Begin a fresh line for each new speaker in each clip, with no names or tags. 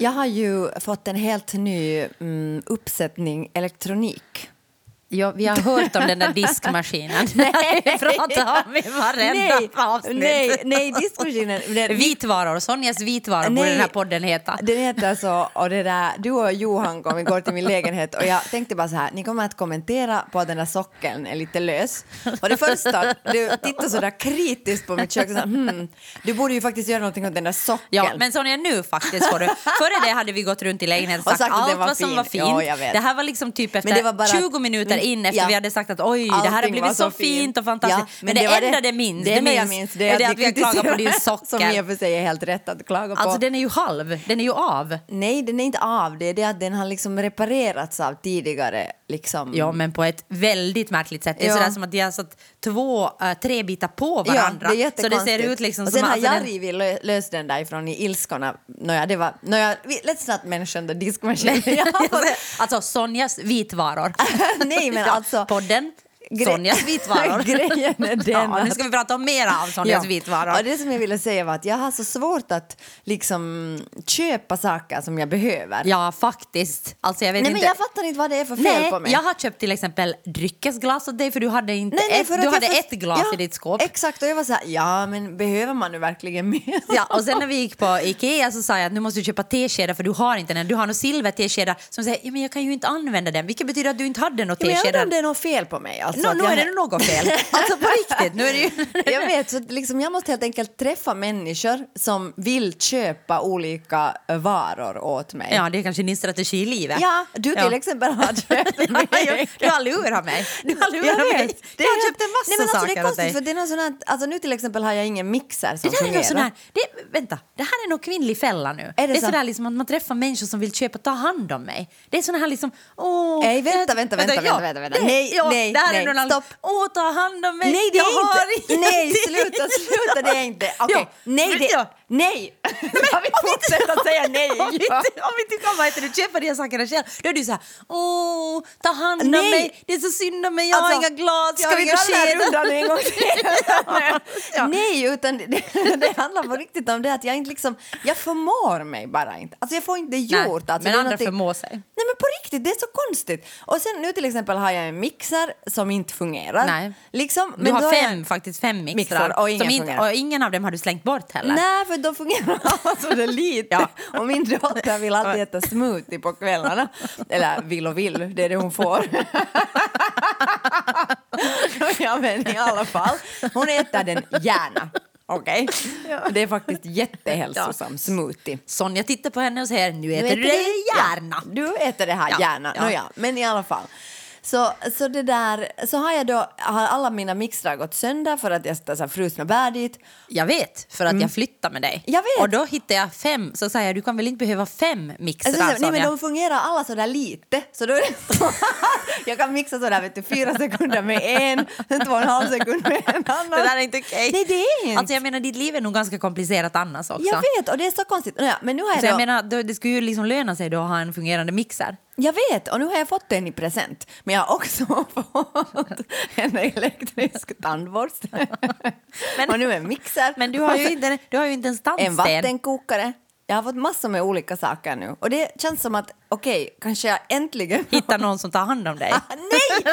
Jag har ju fått en helt ny mm, uppsättning elektronik.
Ja, vi har hört om den där diskmaskinen. Nej, vi pratar om i varenda
nej,
avsnitt.
nej, nej, diskmaskinen. Den,
Vitvaror, Sonjas vitvaror borde
Nej.
den här podden heta.
Den heter så, och det där, du och Johan kom igår till min lägenhet och jag tänkte bara så här, ni kommer att kommentera på att den där sockeln är lite lös. Och det första, du tittar så där kritiskt på mitt kök, så här, hmm, du borde ju faktiskt göra någonting åt den där sockeln.
Ja, men Sonja, nu faktiskt får du. Före det hade vi gått runt i lägenheten och
Och
sagt,
sagt att
allt
den var
vad som
fin.
var fint.
Ja, jag vet.
det här var liksom typ efter
Men det var bara att-
20 minuter in
Mm,
efter
ja.
vi hade sagt att oj, det här har
Allting var
blivit så fint och fantastiskt.
Ja,
men, det,
var
enda det minns,
det
du
enda jag
minns,
minns
det är det att vi har klagat på
kritiserar-
din
Som i
sockel.
och för sig är helt rätt att klaga på.
Alltså den är ju halv, den är ju av.
Nej, den är inte av, det är det att den har liksom reparerats av tidigare. Liksom.
Ja, men på ett väldigt märkligt sätt. Det är
Ja.
sådär som att de har satt två, äh,
eh,
tre bitar på varandra.
Ja, det är
så det
jättekonstigt.
ser ut liksom
och sen
som...
har
alltså, den-
jag rivit lö- löst den därifrån i ilskorna. Nåja, det var... Nåja, vi- let's not mention the diskmaskin. Jag har fått-
alltså Sonjas vitvaror.
Nej, men
Ja,
alltså...
Podden,
gre-
Sonjas vitvaror.
Grejen är den
ja, nu
att-
ska vi prata om mera av Sonjas vitvaror.
Ja, det som jag ville säga var att jag har så svårt att liksom köpa saker som jag behöver.
Ja, faktiskt. Alltså, jag vet
Nej, men
inte.
jag fattar inte vad det är för fel
Nej,
på mig.
jag har köpt till exempel dryckesglas åt dig för du hade, inte
Nej, nej,
ett,
för att
du
jag
hade
först-
ett glas
ja,
i ditt skåp.
Exakt, och jag var så här, ja men behöver man nu verkligen mer?
Ja, och sen när vi gick på Ikea så sa jag att nu måste du köpa teskedar för du har inte den. Du har någon silver teskedar som säger ja, men jag kan ju inte använda den, vilket betyder att du inte hade någon
Ja, men jag undrar
teskedar.
om det är något fel på mig. Alltså,
Nå,
att
nu
jag-
är det något fel. Alltså på riktigt. Nu är det ju...
Jag vet, så att liksom, jag måste helt enkelt träffa människor som vill köpa olika eh, varor åt mig.
Ja, det är kanske din strategi i livet.
Ja, du liksom- till
Ja.
exempel har köpt
Ja, jag,
mig.
du har lurat mig. Du har
Jag
lurat
vet.
mig.
Det
jag
är
har
helt-
köpt en massa
Nej, men alltså,
saker
det är
åt
konstigt,
dig.
för det är någon sån här, alltså, nu till exempel har jag ingen mixer som
Det där är
fungerar.
någon sån här, det, är- vänta, det här är någon kvinnlig fälla nu.
det
är
så?
sådär liksom att man träffar människor som vill köpa, ta hand om mig. Det är sån här liksom, åh...
Nej, vänta,
jag-
vänta, vänta,
ja,
vänta, vänta, vänta.
det-
Nej,
ja,
nej,
det här
nej,
är någon annan,
stopp.
åh, ta hand om mig,
Nej, det
jag har
är inte... Nej,
ingenting.
sluta, sluta, det är inte... Okej,
Ja,
nej,
men
det...
ja.
Nej! Jag vill fortsätta säga nej.
Om vi
Ja.
inte, om vi inte kommer att du köper de här sakerna själv, då är du så här, åh, ta hand om
Nej.
mig, det är så synd om mig, jag har
Alltså,
inga glas, jag
Ska
har
vi
inga
dra den här
skedar.
rundan en gång
Ja.
till? Nej, utan det, det handlar på riktigt om det att jag inte liksom, jag förmår mig bara inte. Alltså jag får inte gjort. alltså,
men
det är
andra
någonting-
förmår sig.
Nej men på riktigt, det är så konstigt. Och sen nu till exempel har jag en mixer som inte fungerar.
Nej.
Liksom,
du
då
har
jag-
fem, faktiskt fem mixrar.
Mixrar, och ingen
som inte,
fungerar.
och ingen av dem har du slängt bort heller.
Nej, för de fungerar alltså det lite.
Ja.
Och min dotter vill alltid äta smoothie på kvällarna. Eller vill och vill, det är det hon får. ja, men i alla fall, hon äter den gärna. Okej? Det är faktiskt jättehälsosam smoothie.
Sonja tittar på henne och säger nu äter
äter
du
det-
det gärna.
Ja, du äter det här
Ja,
gärna.
ja.
Nåja, men i alla fall. Så, så det där, så har jag då, har alla mina mixrar gått sönder för att jag ska så här frusna bär dit.
Jag vet, för att jag flyttar med dig.
Mm. Jag vet.
Och då hittar jag fem, så säger jag du kan väl inte behöva fem mixrar
Alltså, så, nej
Sonja?
men de fungerar alla sådär lite. Så då är det så, jag kan mixa sådär vet du, fyra sekunder med en, sen två och en halv sekund med en annan.
Det där är inte okej.
Nej det är inte.
Alltså jag menar ditt liv är nog ganska komplicerat annars också.
jag vet och det är så konstigt. Nåja, men nu har jag,
Så
då,
Alltså, jag menar, då- det skulle ju liksom löna sig då att ha en fungerande mixer.
jag vet och nu har jag fått den i present. Men jag har också fått en elektrisk tandborste.
Men-
och nu en mixer.
Men du har ju inte, du har ju inte Alltså, en
En
tandsten.
vattenkokare. Jag har fått massor med olika saker nu. Och det känns som att okej, kanske jag äntligen
Hitta någon som tar hand om dig.
Nej,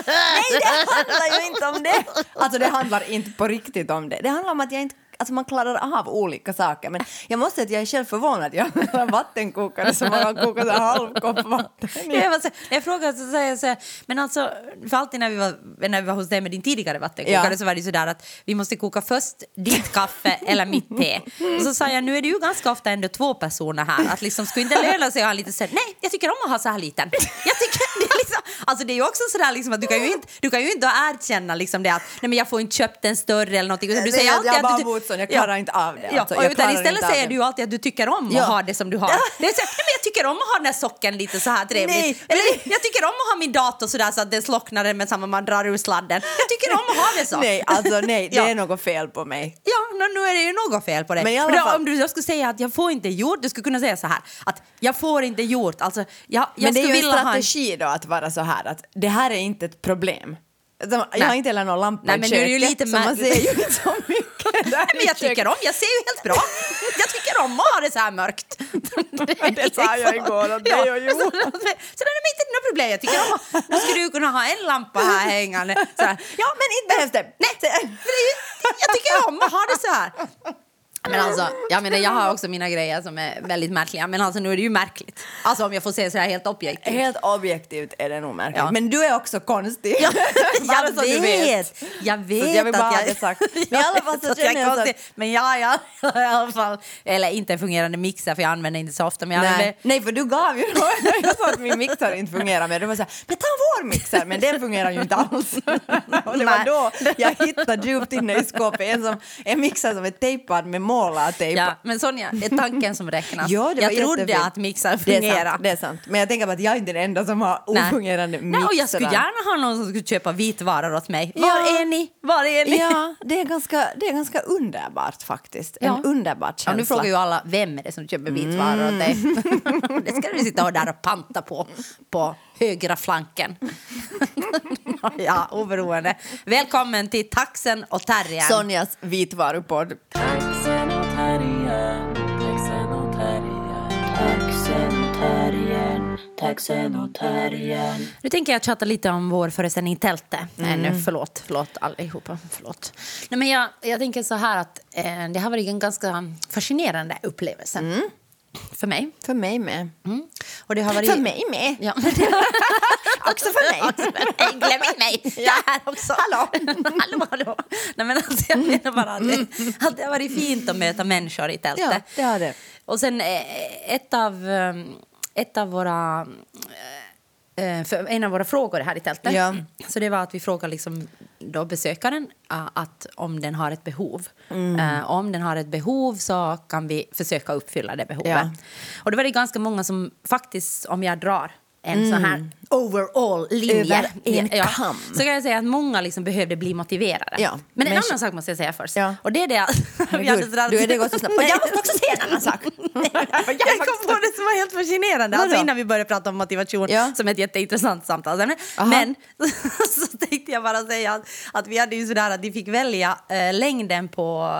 nej, det handlar ju inte om det. Alltså det handlar inte på riktigt om det. Det handlar om att jag inte Alltså man klarar av olika saker. Men jag måste säga att jag är själv förvånad. Jag har en vattenkokare som har kokat en halv kopp vatten i.
Jag, var så, när jag frågade så säger jag så här, men alltså, för alltid när vi var, när vi var hos dig med din tidigare vattenkokare
Ja.
så var det ju sådär att vi måste koka först ditt kaffe eller mitt te. Och
Mm.
så sa jag, nu är det ju ganska ofta ändå två personer här, att liksom skulle inte löna sig att ha lite så här, nej, jag tycker om att ha så här liten. Jag tycker, det är liksom, alltså det är ju också sådär liksom att du kan ju inte, du kan ju inte erkänna liksom det att, nej men jag får inte köpt en större eller någonting. Utan du
Nej,
säger
jag
alltid
bara
att du,
bor Knutsson, jag klarar inte av det.
Ja,
alltså.
och
Jag
utan
klarar
istället
inte av
säger
det.
du ju alltid att du tycker om
Ja.
att ha det som du har. Det är så, här, nej, men jag tycker om att ha den här socken lite så här trevligt.
Nej,
Eller jag tycker om att ha min dator så där så att den slocknar med samma man drar ur sladden. Jag tycker om att ha det så.
Nej, alltså nej, det
Ja.
är något fel på mig.
Ja, nå- nu är det ju något fel på dig.
Men i alla
då,
fall-
Om du jag skulle säga att jag får inte gjort, du skulle kunna säga så här att jag får inte gjort, alltså jag, jag
Men det
skulle
är ju en
vilja ha en
strategi då att vara så här att det här är inte ett problem. De- Jag har inte heller någon lampa
Nej,
i
men nu är det ju
köket,
lite
så man
märkligt.
ser ju inte så mycket där
Nej, men jag
i köket.
tycker om, jag ser ju helt bra. Jag tycker om att ha det så här mörkt.
Det sa jag igår åt dig och
Jo. Så,
Johan.
så det är inte något problem. Jag tycker om att, nu skulle du kunna ha en lampa här hängande. Så här.
Ja, men inte behövs det.
Nej, för det är ju, jag tycker om att ha det så här. Men alltså, jag menar jag har också mina grejer som är väldigt märkliga. Men alltså nu är det ju märkligt. Alltså om jag får säga så här helt objektivt.
Helt objektivt är det nog märkligt.
Ja.
Men du är också konstig. Bara
Jag
så du
vet, jag
Så
vet
jag vill bara
att
ha
jag...
det sagt. Men i alla fall så
vet att
känner jag så
konstig, Men jag, jag, jag i alla fall... Eller inte en fungerande mixer, för jag använder inte så ofta. Men jag använder,
Nej. Nej, för du gav ju några. Jag sa att min mixer inte fungerar mer. Du var så här, men ta vår mixer, men den fungerar ju inte alls. Och det var
Nej.
då jag hittade djupt inne i skåpet en, som, en mixer som är tejpad med målartejp.
ja, men Sonja, det är tanken som räknas.
Ja, det var
jag trodde
jättefint.
att mixer
Det är,
fungerade.
sant, det är sant. Men jag tänker på att jag är inte den enda som har
Nej.
ofungerande mixer.
Nej, och jag skulle gärna ha någon som skulle köpa vitvaror åt mig. Var
Ja.
är ni? Var är ni?
Ja, det är ganska, det är ganska underbart faktiskt.
Ja.
En underbar känsla.
Ja, nu frågar ju alla vem är det som köper vitvaror åt dig. det ska du sitta och där och panta på, på högra flanken. ja, oberoende. Välkommen till Taxen och Terriern.
Sonjas vitvarupodd.
Taxen och terriern, taxen och terriern, taxen och terriern, taxen och terriern.
Nu tänker jag chatta lite om vår föreställning Tälte. Nej, nu, förlåt, förlåt allihopa. Förlåt. Nej, men jag, jag tänker så här att eh, det har varit en ganska fascinerande upplevelse för mig.
För mig med.
Mm. Och det har varit...
För mig med.
Ja.
Också för mig.
Nej, glöm inte mig! Jag är här också. Hallå! hallå, hallå. Nej, men alltså, jag menar bara att det, att det har varit fint att möta människor i tältet.
Ja, det har det.
Och sen eh, ett av, eh, ett av våra... eh, För en av våra frågor här i tältet
Ja.
så det var att vi frågade liksom då besökaren eh, att om den har ett behov.
Mm.
Eh, Om den har ett behov så kan vi försöka uppfylla det behovet.
Ja.
Och då var det ganska många som faktiskt, om jag drar en sån här overall-linje
Över en
ja,
kam.
så kan jag säga att många liksom behövde bli motiverade.
Ja,
Men en
men-
annan sak måste jag säga först.
Ja.
Och det är det att... Vi hade
Herregud,
sådär-
du är det gått så snabbt. Och jag måste också säga en annan sak.
jag kom på det som var helt fascinerande, alltså
Vadå?
innan vi började prata om motivation
Ja.
som ett jätteintressant samtalsämne.
Aha.
Men så tänkte jag bara säga att, att vi hade ju sådär att de fick välja eh, längden på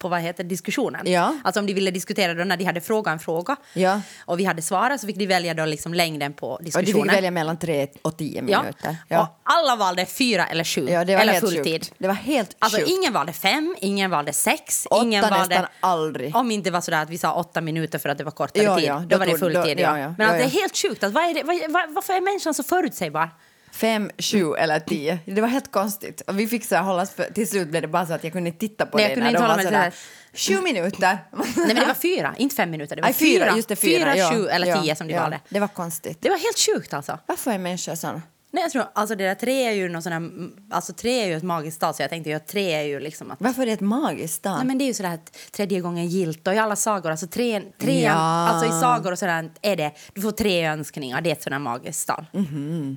på vad heter diskussionen.
Ja.
Alltså om de ville diskutera då när de hade fråga en fråga
Ja.
och vi hade svarat så fick de välja då liksom längden på
Och du
diskussionen.
fick välja mellan tre och tio
ja.
minuter.
Och alla valde fyra eller sju
ja det var
eller
helt
fulltid.
sjukt. Det var helt
Alltså
sjukt.
ingen valde fem, ingen valde sex,
Åtta
ingen valde...
nästan aldrig.
Om inte var sådär att vi sa åtta minuter för att det var kortare
Ja,
tid.
ja,
då,
då
var det
tog-
full
då-
tid.
ja,
Ja,
ja,
Men
ja,
att det
ja.
är helt sjukt. Att vad är det, vad, vad, varför är människan så förutsägbar?
Fem, sju eller tio. Det var helt konstigt. Och vi fick så här hållas för, till slut blev det bara så att jag kunde inte titta på
Nej, jag
dig
kunde
när
inte
de
hålla
var
mig
sådär.
till
Sju minuter.
Nej men det var fyra, inte fem minuter. Det var
Nej, fyra, just det, fyra,
fyra,
ja.
sju eller
Ja,
tio som det
ja.
valde.
Det var konstigt.
Det var helt sjukt alltså.
Varför är människor såna?
Nej, jag tror, alltså det där tre är ju någon sån här, alltså tre är ju ett magiskt tal så jag tänkte ju att tre är ju liksom att
Varför är det ett magiskt tal?
Nej, men det är ju sådär att tredje gången gilt och i alla sagor, alltså tre, tre,
Ja.
alltså i sagor och sådär är det, du får tre önskningar, det är ett sådant här magiskt tal.
Mm-hmm.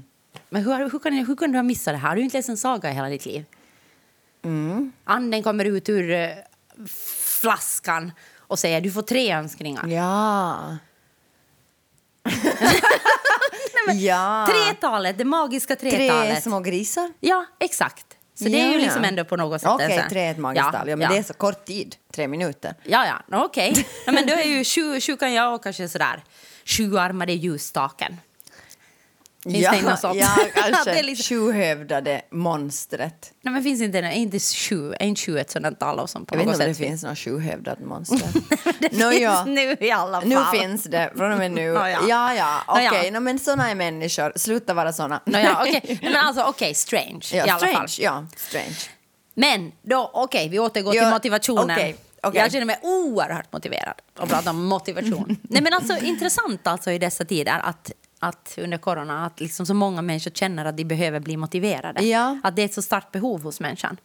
Men hur, hur, kan, hur kan du ha missat det här? Har du inte läst en saga i hela ditt liv?
Mm.
Anden kommer ut ur eh, flaskan och säger du får tre önskningar.
Ja. ja.
Tretalet, det magiska
Tre
tretalet.
små grisar.
Ja, exakt. Så det är ju
Ja.
liksom ändå på något sätt... en
Okej,
sån här-
tre är ett magiskt tal. Ja, men det är så kort tid, tre minuter.
Ja, ja, Nå, okej. Ja, men då är ju sju, sju kan jag och kanske sådär sjuarmade ljusstaken. Finns det något sånt?
ja,
Att
kanske.
det är liksom-
Sjuhövdade monstret.
Nej, men finns inte, är inte sju, är inte sju ett sådant tal som på
Jag vet
något
inte om det
sätt
finns något sjuhövdat monster.
Det
Nå,
finns
ja.
nu i alla fall.
Nu finns det, från och med nu.
Ja, ja.
Ja, ja,
Ja,
okej.
ja.
Nå, men såna är människor. Sluta vara såna.
Nå, ja, okej. Nej, Men alltså okej, strange
Ja,
i alla
strange.
fall.
Ja, strange.
Men då, okej, vi återgår
Ja,
till motivationen.
okej, okej.
Jag känner mig oerhört motiverad att prata om motivation. Nej, men alltså intressant alltså i dessa tider att att under corona, att liksom så många människor känner att de behöver bli motiverade.
Ja.
Att det är ett så starkt behov hos människan.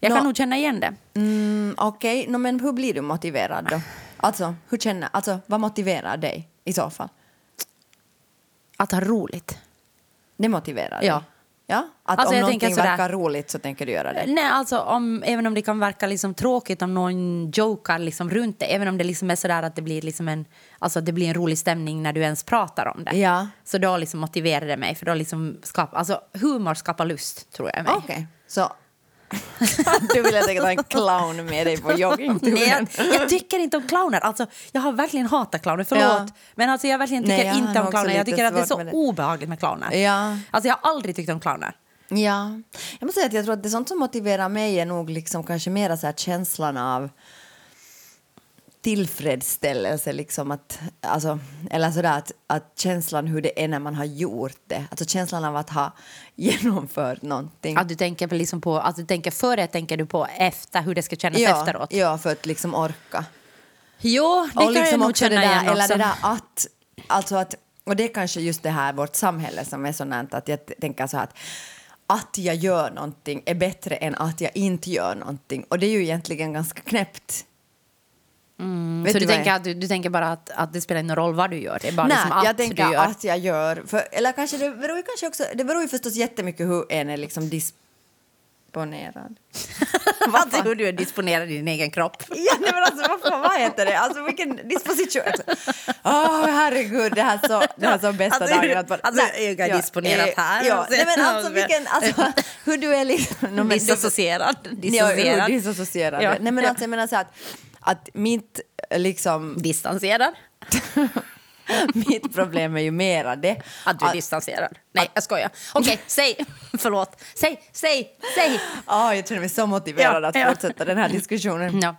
Jag kan
Nå.
nog känna igen det.
Mm, Okej, nå, men hur blir du motiverad då? Alltså, hur känner, alltså, vad motiverar dig i så fall?
Att ha roligt.
Det motiverar
Ja.
dig? Ja. Att
Alltså,
om
jag
någonting
tänker sådär-
verkar roligt så tänker du göra det?
Nej, alltså om, även om det kan verka liksom tråkigt om någon jokar liksom runt det, även om det liksom är sådär att det blir liksom en, alltså att det blir en rolig stämning när du ens pratar om det.
Ja.
Så då liksom motiverar det mig, för då liksom skapar, alltså humor skapar lust tror jag. i Mig.
Okej, så... du vill helt enkelt ha en clown med dig på
Nej,
joggingturen?
jag, jag tycker inte om clowner. Alltså, jag har verkligen hatat clowner. Förlåt.
Ja.
Men alltså, jag verkligen tycker
Nej, jag har
inte om
också
clowner. Jag
lite
tycker att det är så
svårt med det.
obehagligt med clowner.
Ja.
Alltså, jag har aldrig tyckt om clowner.
Ja. Jag måste säga att jag tror att det är sånt som motiverar mig är nog liksom kanske mera så här känslan av tillfredsställelse, liksom att, alltså, eller sådär att, att känslan hur det är när man har gjort det, alltså känslan av att ha genomfört någonting.
Att du tänker på, liksom på, att du tänker före tänker du på efter, hur det ska kännas
ja,
efteråt.
ja, för att liksom orka.
Jo, det kan jag nog
liksom
känna
det där,
igen liksom också.
eller det där att, alltså att, och det är kanske just det här vårt samhälle som är sånt att jag t- tänker så här att att jag gör någonting är bättre än att jag inte gör någonting och det är ju egentligen ganska knäppt. Vet
Mm. så du,
vad jag-
tänker att, du, du tänker bara att, att det spelar ingen roll vad du gör? Det är bara
Nej,
liksom att
jag tänker
du gör.
att jag gör, för, eller kanske det beror ju kanske också, det beror ju förstås jättemycket hur en är liksom disponerad.
Alltså, hur du är disponerad i din egen kropp.
Ja, nej, men alltså, vad, fan, vad heter det? Alltså, vilken disposition. Alltså, Åh, herregud, det här är så, det här är så bästa
Alltså,
dagen. Att bara,
alltså,
Nej,
öga
ja,
disponerat
eh,
här.
Ja, nej, men alltså, vilken, alltså, hur du är liksom... No, men du-
Disassocierad.
Ja, hur
Dissocierad.
disassocierad.
Ja.
Nej, men alltså, jag menar så här att, att mitt, eh, liksom,
Distanserad.
mitt problem är ju mera det.
Att du är distanserad. Nej, jag skojar. Okej, säg. Förlåt. Säg, säg, säg.
Ja, jag känner mig så motiverad
Ja,
att
ja. Mm.
fortsätta den här diskussionen.
Ja.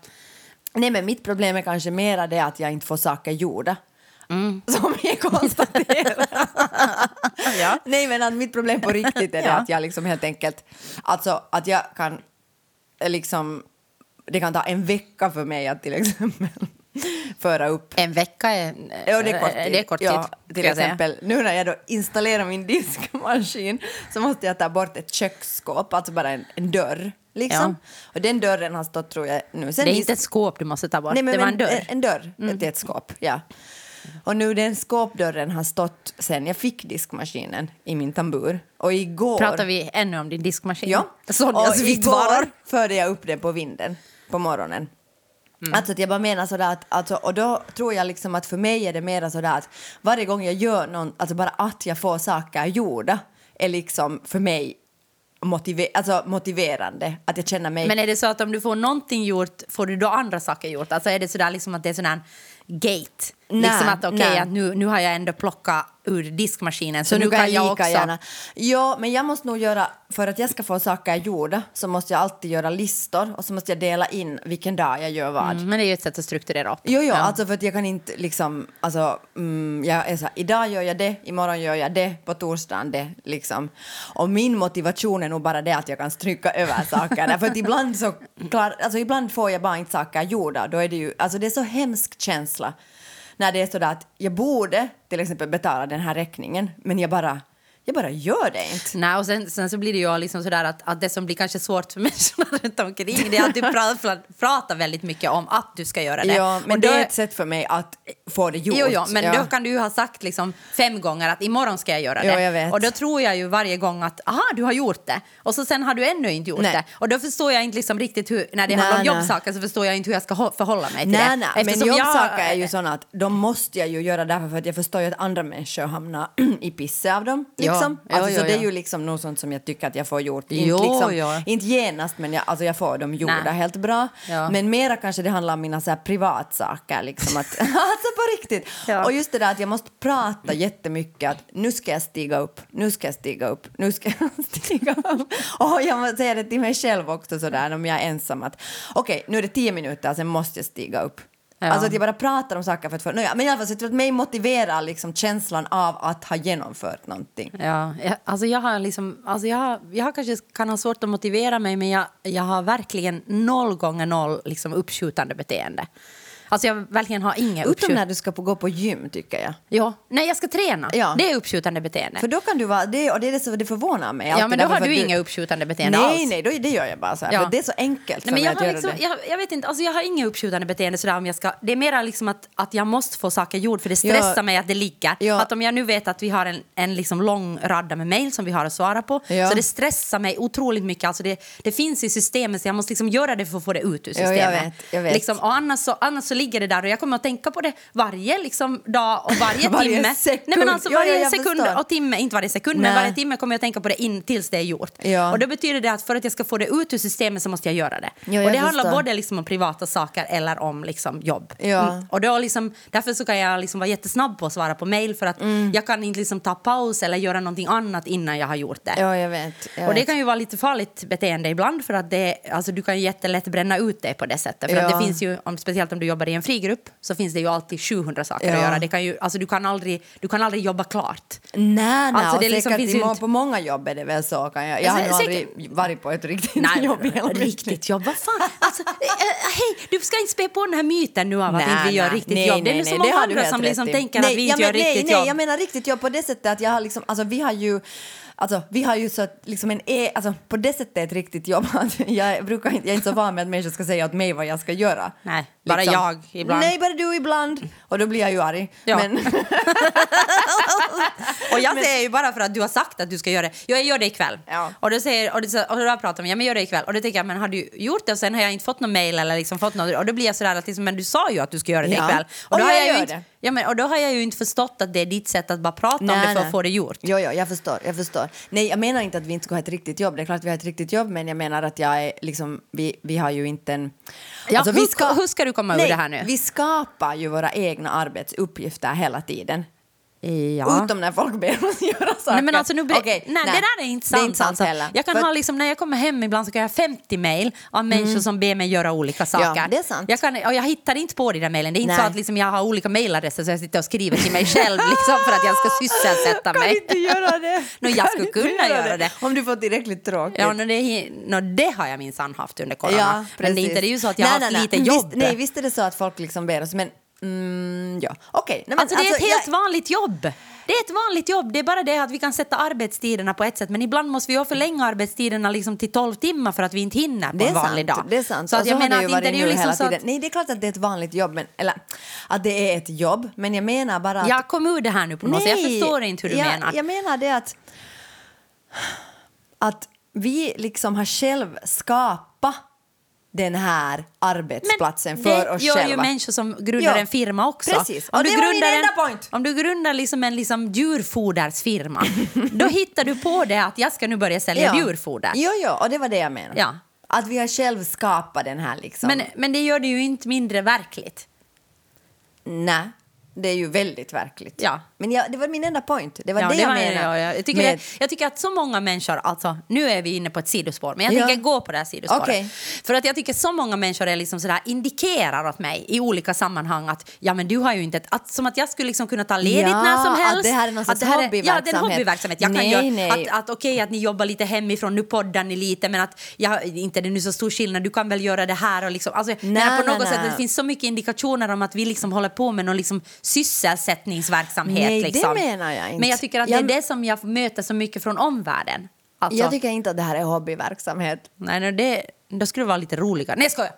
Nej, men mitt problem är kanske mera det att jag inte får saker gjorda.
Mm.
Som vi konstaterar.
Ja.
Nej, men att mitt problem på riktigt är det
Ja.
att jag liksom helt enkelt... Alltså, att jag kan eh, liksom... Det kan ta en vecka för mig att till exempel föra upp...
En vecka är,
Ja, det är kort tid.
Eh, Det är kort tid
ja,
skulle
till
jag säga.
exempel, nu när jag då installerar min diskmaskin så måste jag ta bort ett köksskåp, alltså bara en, en dörr. Liksom. Och den dörren har stått, tror jag, nu sen
Det är
is-
inte ett skåp du måste ta bort.
Nej, men,
det var
men eh,
en dörr. Mm.
En dörr till ett skåp, ja. Och nu den skåpdörren har stått sen jag fick diskmaskinen i min tambur. Och igår...
Pratar vi ännu om din diskmaskin? alltså,
Ja.
Sonjas
och
vitvaror.
igår förde jag upp den på vinden på morgonen.
Mm.
Alltså att jag bara menar sådär att, alltså, och då tror jag liksom att för mig är det mera sådär att varje gång jag gör någon, alltså bara att jag får saker gjorda är liksom för mig motive- alltså motiverande, att jag känner mig
Men är det så att om du får någonting gjort, får du då andra saker gjort? Alltså är det sådär liksom att det är sån här gate?
Nej,
liksom att okej,
nej.
att nu, nu har jag ändå plockat ur diskmaskinen så,
Så
nu kan jag,
lika
också...
gärna. Ja, men jag måste nog göra, för att jag ska få saker gjorda så måste jag alltid göra listor och så måste jag dela in vilken dag jag gör vad.
Mm, men det är ju ett sätt att strukturera upp.
Jo, jo, alltså för att jag kan inte liksom, alltså, mm, jag är så här, idag gör jag det, imorgon gör jag det, på torsdagen det, liksom. Och min motivation är nog bara det att jag kan stryka över sakerna, för att ibland så, klar, alltså ibland får jag bara inte saker gjorda, då är det ju, alltså det är så hemsk känsla när det är sådär att jag borde till exempel betala den här räkningen, men jag bara, jag bara gör det inte.
Nej, och sen, sen så blir det ju liksom sådär att, att det som blir kanske svårt för människorna runt omkring det är att du pratar, pratar väldigt mycket om att du ska göra det.
Ja, men
Och
det, är ett sätt för mig att få det gjort.
Jo, jo, men
ja.
då kan du ju ha sagt liksom fem gånger att imorgon ska jag göra det.
Jo, jag vet.
Och då tror jag ju varje gång att aha, du har gjort det. Och så sen har du ännu inte gjort
Nej.
det. Och då förstår jag inte liksom riktigt hur, när det
Nej,
handlar om
nej.
jobbsaker så förstår jag inte hur jag ska ho- förhålla mig till
Nej,
det.
nej,
Eftersom
men
jag-
jobbsaker är ju sådana att de måste jag ju göra därför för att jag förstår ju att andra människor hamnar i pisse av dem.
Ja,
Liksom.
ja,
alltså,
ja,
så det är
ja.
ju liksom något sånt som jag tycker att jag får gjort.
Jo,
inte, liksom,
ja.
inte genast, men jag, alltså, jag får dem gjorda
Nej.
helt bra.
Ja.
Men mera kanske det handlar om mina så här, privatsaker, liksom att, alltså på riktigt.
Ja.
Och just det där att jag måste prata jättemycket, att nu ska jag stiga upp, nu ska jag stiga upp, nu ska jag stiga upp. Och jag måste säga det till mig själv också sådär om jag är ensam att okej, nu är det tio minuter, sen måste jag stiga upp.
Ja.
Alltså att jag bara pratar om saker för att få... Nåja, men i alla fall, så jag tror att mig motiverar liksom känslan av att ha genomfört någonting.
Ja, jag, alltså jag har liksom, alltså jag, har- jag har kanske kan ha svårt att motivera mig men jag, jag har verkligen noll gånger noll liksom uppskjutande beteende. Alltså jag verkligen har inga
Utom
uppskjut...
när du ska på, gå på gym, tycker jag.
Ja. Nej, jag ska träna.
Ja.
Det är uppskjutande beteende.
För då kan du vara, det, och det är det som det förvånar mig.
ja,
alltid,
men då
därför
har
att
du inga uppskjutande beteende
Nej,
alls.
nej, då, det gör jag bara så här.
Ja.
För det är så enkelt
Nej,
för
men
mig
jag,
att
har
göra
liksom,
det.
jag, jag vet inte, alltså jag har inga uppskjutande beteende sådär om jag ska, det är mer liksom att, att jag måste få saker gjorda för det stressar
Ja.
mig att det ligger.
Ja.
Att om jag nu vet att vi har en, en liksom lång radda med mejl som vi har att svara på
Ja.
så det stressar mig otroligt mycket. Alltså det, det finns i systemet så jag måste liksom göra det för att få det ut ur
Ja, jag
systemet.
vet, jag vet.
Liksom, och annars, så, annars så ligger det där och jag kommer att tänka på det varje liksom, dag och varje,
Varje
timme. Nej, men
sekund.
alltså,
Ja, ja,
varje
jag
sekund
förstår.
och timme, inte varje sekund men
Nej.
varje timme kommer jag att tänka på det in, tills det är gjort.
Ja.
Och då betyder det att för att jag ska få det ut ur systemet så måste jag göra det.
Ja, jag
och det handlar
förstår.
både liksom om privata saker eller om liksom jobb.
Ja.
Och då liksom, därför så kan jag liksom vara jättesnabb på att svara på mejl för att
Mm.
jag kan inte liksom ta paus eller göra någonting annat innan jag har gjort det.
Ja, jag vet. Jag
och det
vet.
kan ju vara lite farligt beteende ibland för att det, alltså du kan ju jättelätt bränna ut dig på det sättet. För att
Ja.
det finns ju, om, speciellt om du jobbar i en frigrupp, så finns det ju alltid 700 saker
Ja.
att göra. Det kan ju, alltså du, kan aldrig, du kan aldrig jobba klart.
Nej, nej,
Alltså,
och
det liksom
säkert
finns
i
ju
må-
inte-
på många jobb är det väl så. Kan jag jag har
Sä-
nog aldrig varit på ett riktigt jobb i hela mitt liv.
riktigt jobb. Vad fan? Alltså, eh, eh, hej, du ska inte spä på den här myten nu av att inte vi gör riktigt jobb. det är nu så många
har du
andra
helt
som
rätt
liksom
i.
tänker
nej,
att vi
jag
inte gör
men- nej,
riktigt
nej,
jobb.
jag menar riktigt jobb på det sättet att jag har liksom, alltså vi har ju Alltså, vi har ju så att liksom en e, alltså, på det sättet ett riktigt jobb. att Jag, brukar inte, jag är inte så van med att människor ska säga åt mig vad jag ska göra.
Nej, bara jag
Liksom.
ibland.
Nej, bara du ibland. Och då blir jag ju arg.
Ja.
Men,
och jag säger ju bara för att du har sagt att du ska göra det. Jag gör det ikväll.
Ja.
Och då säger och då, och då pratar man, ja men gör det ikväll. Och då tänker jag, men har du gjort det och sen har jag inte fått någon mail eller liksom fått något. Och då blir jag sådär att liksom, men du sa ju att du ska göra det
Ja.
ikväll.
Och
då
jag
har ju
gör
inte,
det.
ja, men, och då har jag ju inte förstått att det är ditt sätt att bara prata om det för att få det gjort.
Jo, jo, jag förstår, jag förstår. Nej, jag menar inte att vi inte ska ha ett riktigt jobb. Det är klart att vi har ett riktigt jobb, men jag menar att jag är liksom, vi, vi har ju inte en... alltså,
Ja, hur- hur ska du komma ur
nej,
det här nu?
vi skapar ju våra egna arbetsuppgifter hela tiden.
Ja.
Utom när folk ber oss göra saker.
Nej, men alltså, nu blir,
Okej,
nej, det där är inte sant.
Det är inte sant
alltså.
heller.
Jag kan
För- Mm.
ha liksom, när jag kommer hem ibland så kan jag ha 50 mejl av människor som ber mig göra olika saker.
det är sant.
Jag, kan, och jag hittar inte på de där mejlen. Det är inte
Nej.
så att liksom, jag har olika mejladresser så jag sitter och skriver till mig själv liksom, för att jag ska sysselsätta
Kan
mig.
inte göra det?
Nå, jag
Kan
skulle
inte
kunna göra det.
Om du får tillräckligt tråkigt.
Ja, nå, det, nå, det har jag minsann haft under corona.
Ja,
men det är
precis.
inte det är ju så att jag
Nej,
har
nej, nej.
haft lite
Visst-
jobb.
nej, visst är det så att folk liksom ber oss, men... Mm, ja, okej. Nej, men
Alltså, det är ett
jag-
helt vanligt jobb. Det är ett vanligt jobb, det är bara det att vi kan sätta arbetstiderna på ett sätt men ibland måste vi ju förlänga arbetstiderna liksom till 12 timmar för att vi inte hinner på
Det är
en vanlig
sant.
dag.
Det är sant.
Så att
Och
jag
har
menar
det ju
att inte
varit
det är ju
nu
liksom
hela
så att,
tiden. Nej, det är klart att det är ett vanligt jobb, men, eller att det är ett jobb, men jag menar bara att...
jag kom ur det här nu på något sätt. Jag förstår inte hur du
jag,
menar.
Jag menar det att, att vi liksom har själv skapat den här arbetsplatsen
det
för oss
gör
själva.
ju människor som grundar
Ja.
en firma också.
Precis. Och det var min enda point.
om du grundar liksom en liksom djurfodersfirma då hittar du på det att jag ska nu börja sälja djurfoder.
Jo, jo, och det var det jag menade.
Ja.
Att vi har själv skapat den här liksom...
Men, men det gör det ju inte mindre verkligt.
Nej, det är ju väldigt verkligt.
Ja.
Men jag, det var min enda point. Det var
Ja,
det,
det
jag
var-
menade.
ja, ja. Jag, tycker
med-
det, jag tycker att så många människor, alltså nu är vi inne på ett sidospår, men jag
Ja.
tänker gå på det här sidospåret.
Okej.
För att jag tycker så många människor är liksom sådär, indikerar åt mig i olika sammanhang att ja men du har ju inte, ett, att, som att jag skulle liksom kunna ta ledigt
Ja,
när som
att
helst.
det här är någon sorts
här Ja, det är en
hobbyverksamhet.
hobbyverksamhet. Jag kan
Nej,
göra,
nej.
Att, att okej att ni jobbar lite hemifrån, nu poddar ni lite men att jag, inte det är nu så stor skillnad, du kan väl göra det här och liksom, alltså,
Nej,
när på
nej,
något sätt
nej.
det finns så mycket indikationer om att vi liksom håller på med någon liksom sysselsättningsverksamhet.
Nej, det
liksom.
menar jag inte.
Men jag tycker att
Jag-
det är det som jag möter så mycket från omvärlden. Alltså,
Jag tycker inte att det här är hobbyverksamhet.
nej, nej, det, då skulle det vara lite roligare. Nej, jag skojar!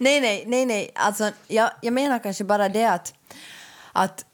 nej, nej, nej, nej. Alltså, jag, jag menar kanske bara det att, att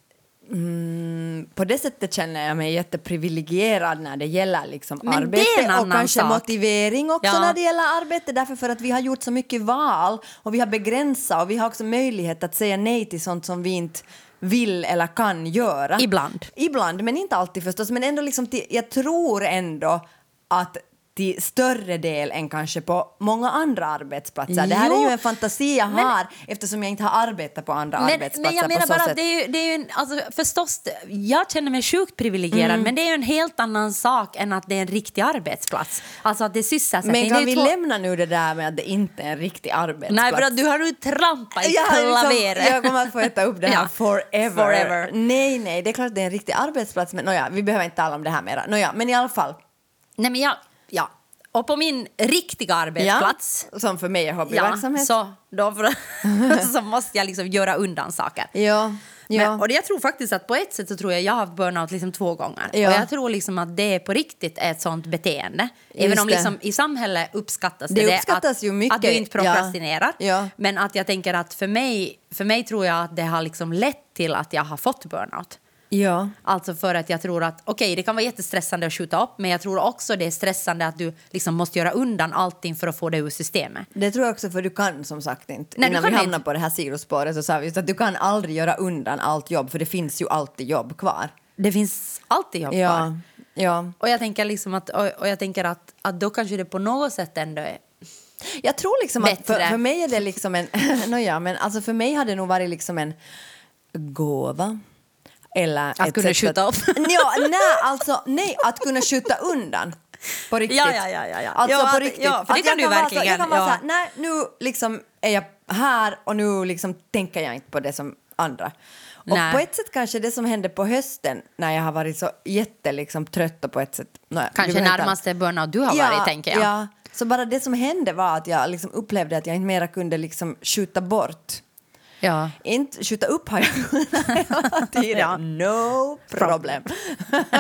mm, på det sättet känner jag mig jätteprivilegierad när det gäller liksom
Men det är
arbete
en
och
annan
kanske
sak.
motivering också
Ja.
när det gäller arbete därför för att vi har gjort så mycket val och vi har begränsat och vi har också möjlighet att säga nej till sånt som vi inte vill eller kan göra.
Ibland.
Ibland, men inte alltid förstås. Men ändå liksom till, jag tror ändå att till större del än kanske på många andra arbetsplatser. Det här
Jo,
är ju en fantasi jag
men-
har eftersom jag inte har arbetat på andra arbetsplatser
men jag menar
på så
bara att
sätt.
det är, ju- det är ju en, alltså, förstås, jag känner mig sjukt privilegierad men det är ju en helt annan sak än att det är en riktig arbetsplats. Alltså att det är sysselsättning.
Men
det är
kan
ju
vi
två-
lämna nu det där med att det inte är en riktig arbetsplats?
Nej, för att du har nu trampat i
jag, har liksom,
klaveret.
jag kommer att få äta upp det här
Ja.
forever.
Forever.
Nej, nej, det är klart att det är en riktig arbetsplats men nåja, vi behöver inte tala om det här mera. Nåja, men i alla fall.
Nej, men jag, ja. Och på min riktiga arbetsplats
Som för mig är hobbyverksamhet.
så, då för, så måste jag liksom göra undan saker.
Ja, ja.
Men, och det, jag tror faktiskt att på ett sätt så tror jag jag har haft burnout liksom två gånger.
Ja.
Och jag tror liksom att det på riktigt är ett sånt beteende. Även
Just
om
det.
liksom i samhället uppskattas
Det
det,
uppskattas
att,
ju mycket,
att du inte
ja.
prokrastinerar.
Ja.
Men att jag tänker att för mig, för mig tror jag att det har liksom lett till att jag har fått burnout.
ja.
Alltså för att jag tror att, okej det kan vara jättestressande att skjuta upp men jag tror också det är stressande att du liksom måste göra undan allting för att få det ur systemet.
Det tror jag också, för du kan som sagt inte.
Nej, du
Innan
kan
vi hamnade
inte.
på det här sidospåret så sa vi just att du kan aldrig göra undan allt jobb för det finns ju alltid jobb kvar.
Det finns alltid jobb kvar.
Ja, ja.
Och jag tänker, liksom att, och, och jag tänker att, att då kanske det på något sätt ändå är...
Jag tror liksom att för,
Bättre.
för mig är det liksom en... Nåja, men alltså för mig hade det nog varit liksom en gåva. Eller
Att
ett
kunna
sätt
skjuta upp.
Ja, nej, alltså, nej, att kunna skjuta undan. På riktigt.
Ja, ja, ja, ja, ja.
Alltså
Ja,
på
att-
riktigt.
ja, för det
Att
kan
jag
du
vara
verkligen,
Så, jag kan vara
ja.
så här, nej, nu liksom är jag här och nu liksom tänker jag inte på det som andra. Och
Nej.
på ett sätt kanske det som hände på hösten när jag har varit så jätte liksom, trött och på ett sätt... nåja, du
Kanske
behöver inte-
närmaste burnout du har varit, tänker jag.
Ja. Så bara det som hände var att jag liksom upplevde att jag inte mera kunde liksom skjuta bort.
Ja.
Inte skjuta upp har jag kunnat hela tiden.
Ja.
No problem.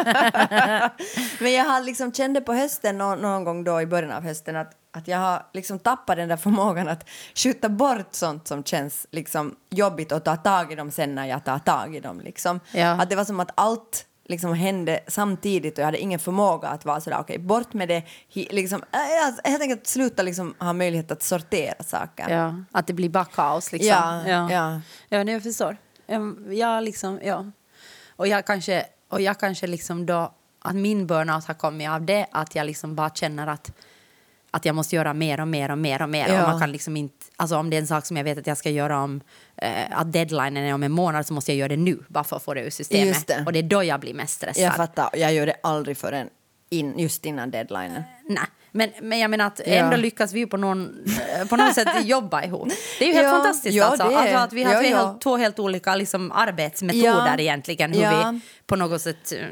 Men jag har liksom kände på hösten någon, någon gång då i början av hösten att, att jag har liksom tappat den där förmågan att skjuta bort sånt som känns liksom jobbigt och ta tag i dem sen när jag tar tag i dem. Liksom.
Ja.
Att det var som att allt liksom hände samtidigt och jag hade ingen förmåga att vara sådär okej bort med det. Hi, liksom, äh, jag- helt enkelt sluta liksom, ha möjlighet att sortera saker.
Ja. Att det blir bara kaos. Liksom.
Ja, ja.
ja nej, jag förstår. Ehm, Jag liksom, ja. Och jag kanske, och jag kanske liksom då, att min burnout har kommit av det, att jag liksom bara känner att, att jag måste göra mer och mer och mer och mer.
Ja.
Och man kan liksom inte, alltså om det är en sak som jag vet att jag ska göra om, eh, att deadlinen är om en månad så måste jag göra det nu, bara för att få det ur systemet.
Just det.
Och det är då jag blir mest stressad.
Jag fattar, jag gör det aldrig förrän in, just innan deadlinen.
Nej, men, men jag menar att ändå
Ja.
lyckas vi ju på, någon, eh, på något sätt jobba ihop. Det är ju helt
Ja,
fantastiskt
ja,
alltså.
det är-
alltså att vi har
ja,
tre,
ja.
Helt, två helt olika liksom, arbetsmetoder
Ja,
egentligen, hur
ja.
vi på något sätt eh,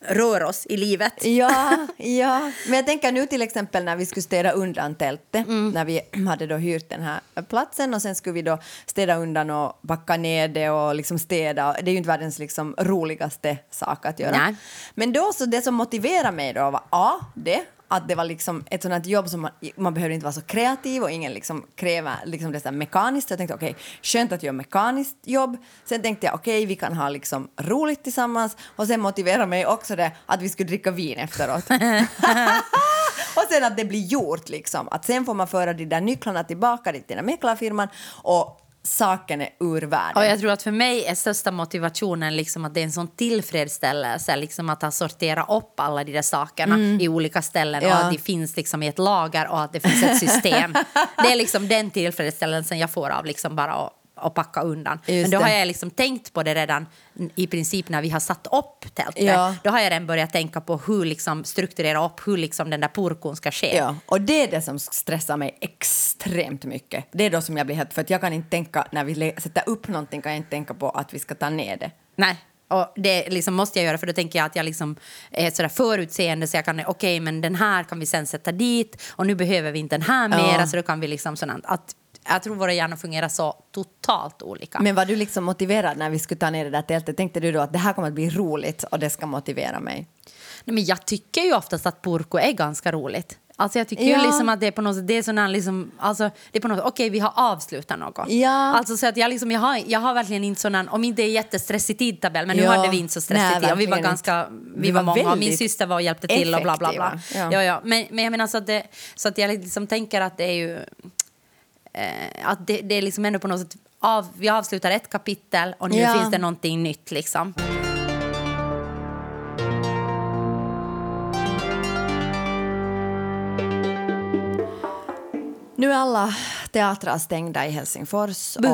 rör oss i livet.
Ja, ja, men jag tänker nu till exempel när vi skulle städa undan tältet, när vi hade då hyrt den här platsen och sen skulle vi då städa undan och backa ner det och liksom städa. Det är ju inte världens liksom roligaste sak att göra.
Nej.
Men då så det som motiverade mig då var A, det, att det var liksom ett sånt här jobb som man, man behövde inte vara så kreativ och ingen liksom kräva liksom det så här mekaniskt. Så jag tänkte okej, skönt att göra mekaniskt jobb. Sen tänkte jag okej, vi kan ha liksom roligt tillsammans och sen motiverade mig också det att vi skulle dricka vin efteråt. Och sen att det blir gjort liksom. Att sen får man föra de där nycklarna tillbaka dit till den där mäklarfirman och saken är ur världen.
Och jag tror att för mig är största motivationen liksom att det är en sån tillfredsställelse liksom att ha sorterat upp alla de där sakerna i olika ställen och
Mm. Ja.
att det finns liksom i ett lager och att det finns ett system. det är liksom den tillfredsställelsen jag får av liksom bara att att packa undan.
Just
Men då har
det.
jag liksom tänkt på det redan i princip när vi har satt upp tältet.
Ja.
Då har jag redan börjat tänka på hur liksom strukturera upp hur liksom den där purkon ska ske.
Ja, och det är det som stressar mig extremt mycket. Det är då som jag blir helt... För att jag kan inte tänka, när vi le- sätter upp någonting kan jag inte tänka på att vi ska ta ner det.
Nej. Och det liksom måste jag göra för då tänker jag att jag liksom är sådär förutseende så jag kan, okej men den här kan vi sen sätta dit och nu behöver vi inte den här mera så då kan vi liksom sådant. Att, jag tror våra hjärnor fungerar så totalt olika.
Men var du liksom motiverad när vi skulle ta ner det där tältet? Tänkte du då att det här kommer att bli roligt och det ska motivera mig?
Nej, men jag tycker ju oftast att burko är ganska roligt. Alltså jag tycker
Ja.
ju liksom att det är på något sätt, det är sån här liksom, alltså det är på något okej vi har avslutat något.
Ja.
Alltså så att jag liksom, jag har, jag har verkligen inte sån här, om inte en jättestressig tidtabell, men nu
Ja.
hade vi inte så
Nej,
stressig tid och vi var
verkligen
ganska,
inte.
vi,
Vi
var,
var
många och min
väldigt
syster var och hjälpte till och bla bla bla.
effektiva.
Ja.
Ja.
Ja, Men, men jag menar så att, det, så att jag liksom tänker att det är ju, eh, att det, det är liksom ändå på något sätt, av, vi avslutar ett kapitel och nu
Ja.
finns det någonting nytt liksom.
Nu är alla teatrar stängda i Helsingfors och,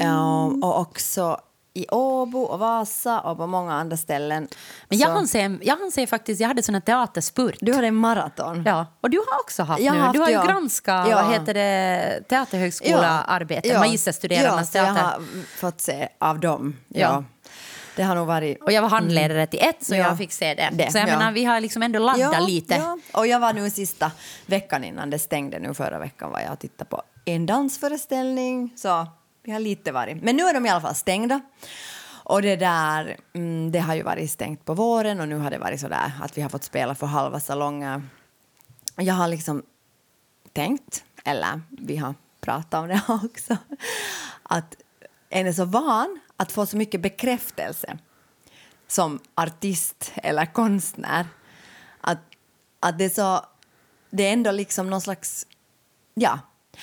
ja, och också i Åbo och Vasa och på många andra ställen.
Men jag
Så-
hann, se, jag hann se faktiskt, jag hade sån här teaterspurt.
Du har en maraton.
Ja, och du har också haft
Jag
nu.
har haft,
du har ju
ja.
granskat
Ja.
vad heter det, teaterhögskolearbete, magisterstuderandernas
ja, så
teater.
Jag har fått se av dem. Ja.
Ja.
Det har nog varit...
Och jag var handledare till ett, så
Mm. Ja.
jag fick se det.
Det,
så jag
ja.
menar, vi har liksom ändå laddat lite.
ja. Och jag var nu sista veckan innan det stängde nu förra veckan var jag och tittade på en dansföreställning. Så vi har lite varit. Men nu är de i alla fall stängda. Och det där, mm, det har ju varit stängt på våren och nu har det varit sådär att vi har fått spela för halva salonger. Jag har liksom tänkt, eller vi har pratat om det också, att en är så van att få så mycket bekräftelse som artist eller konstnär. Att, att det är så... Det är ändå liksom någon slags... Ja.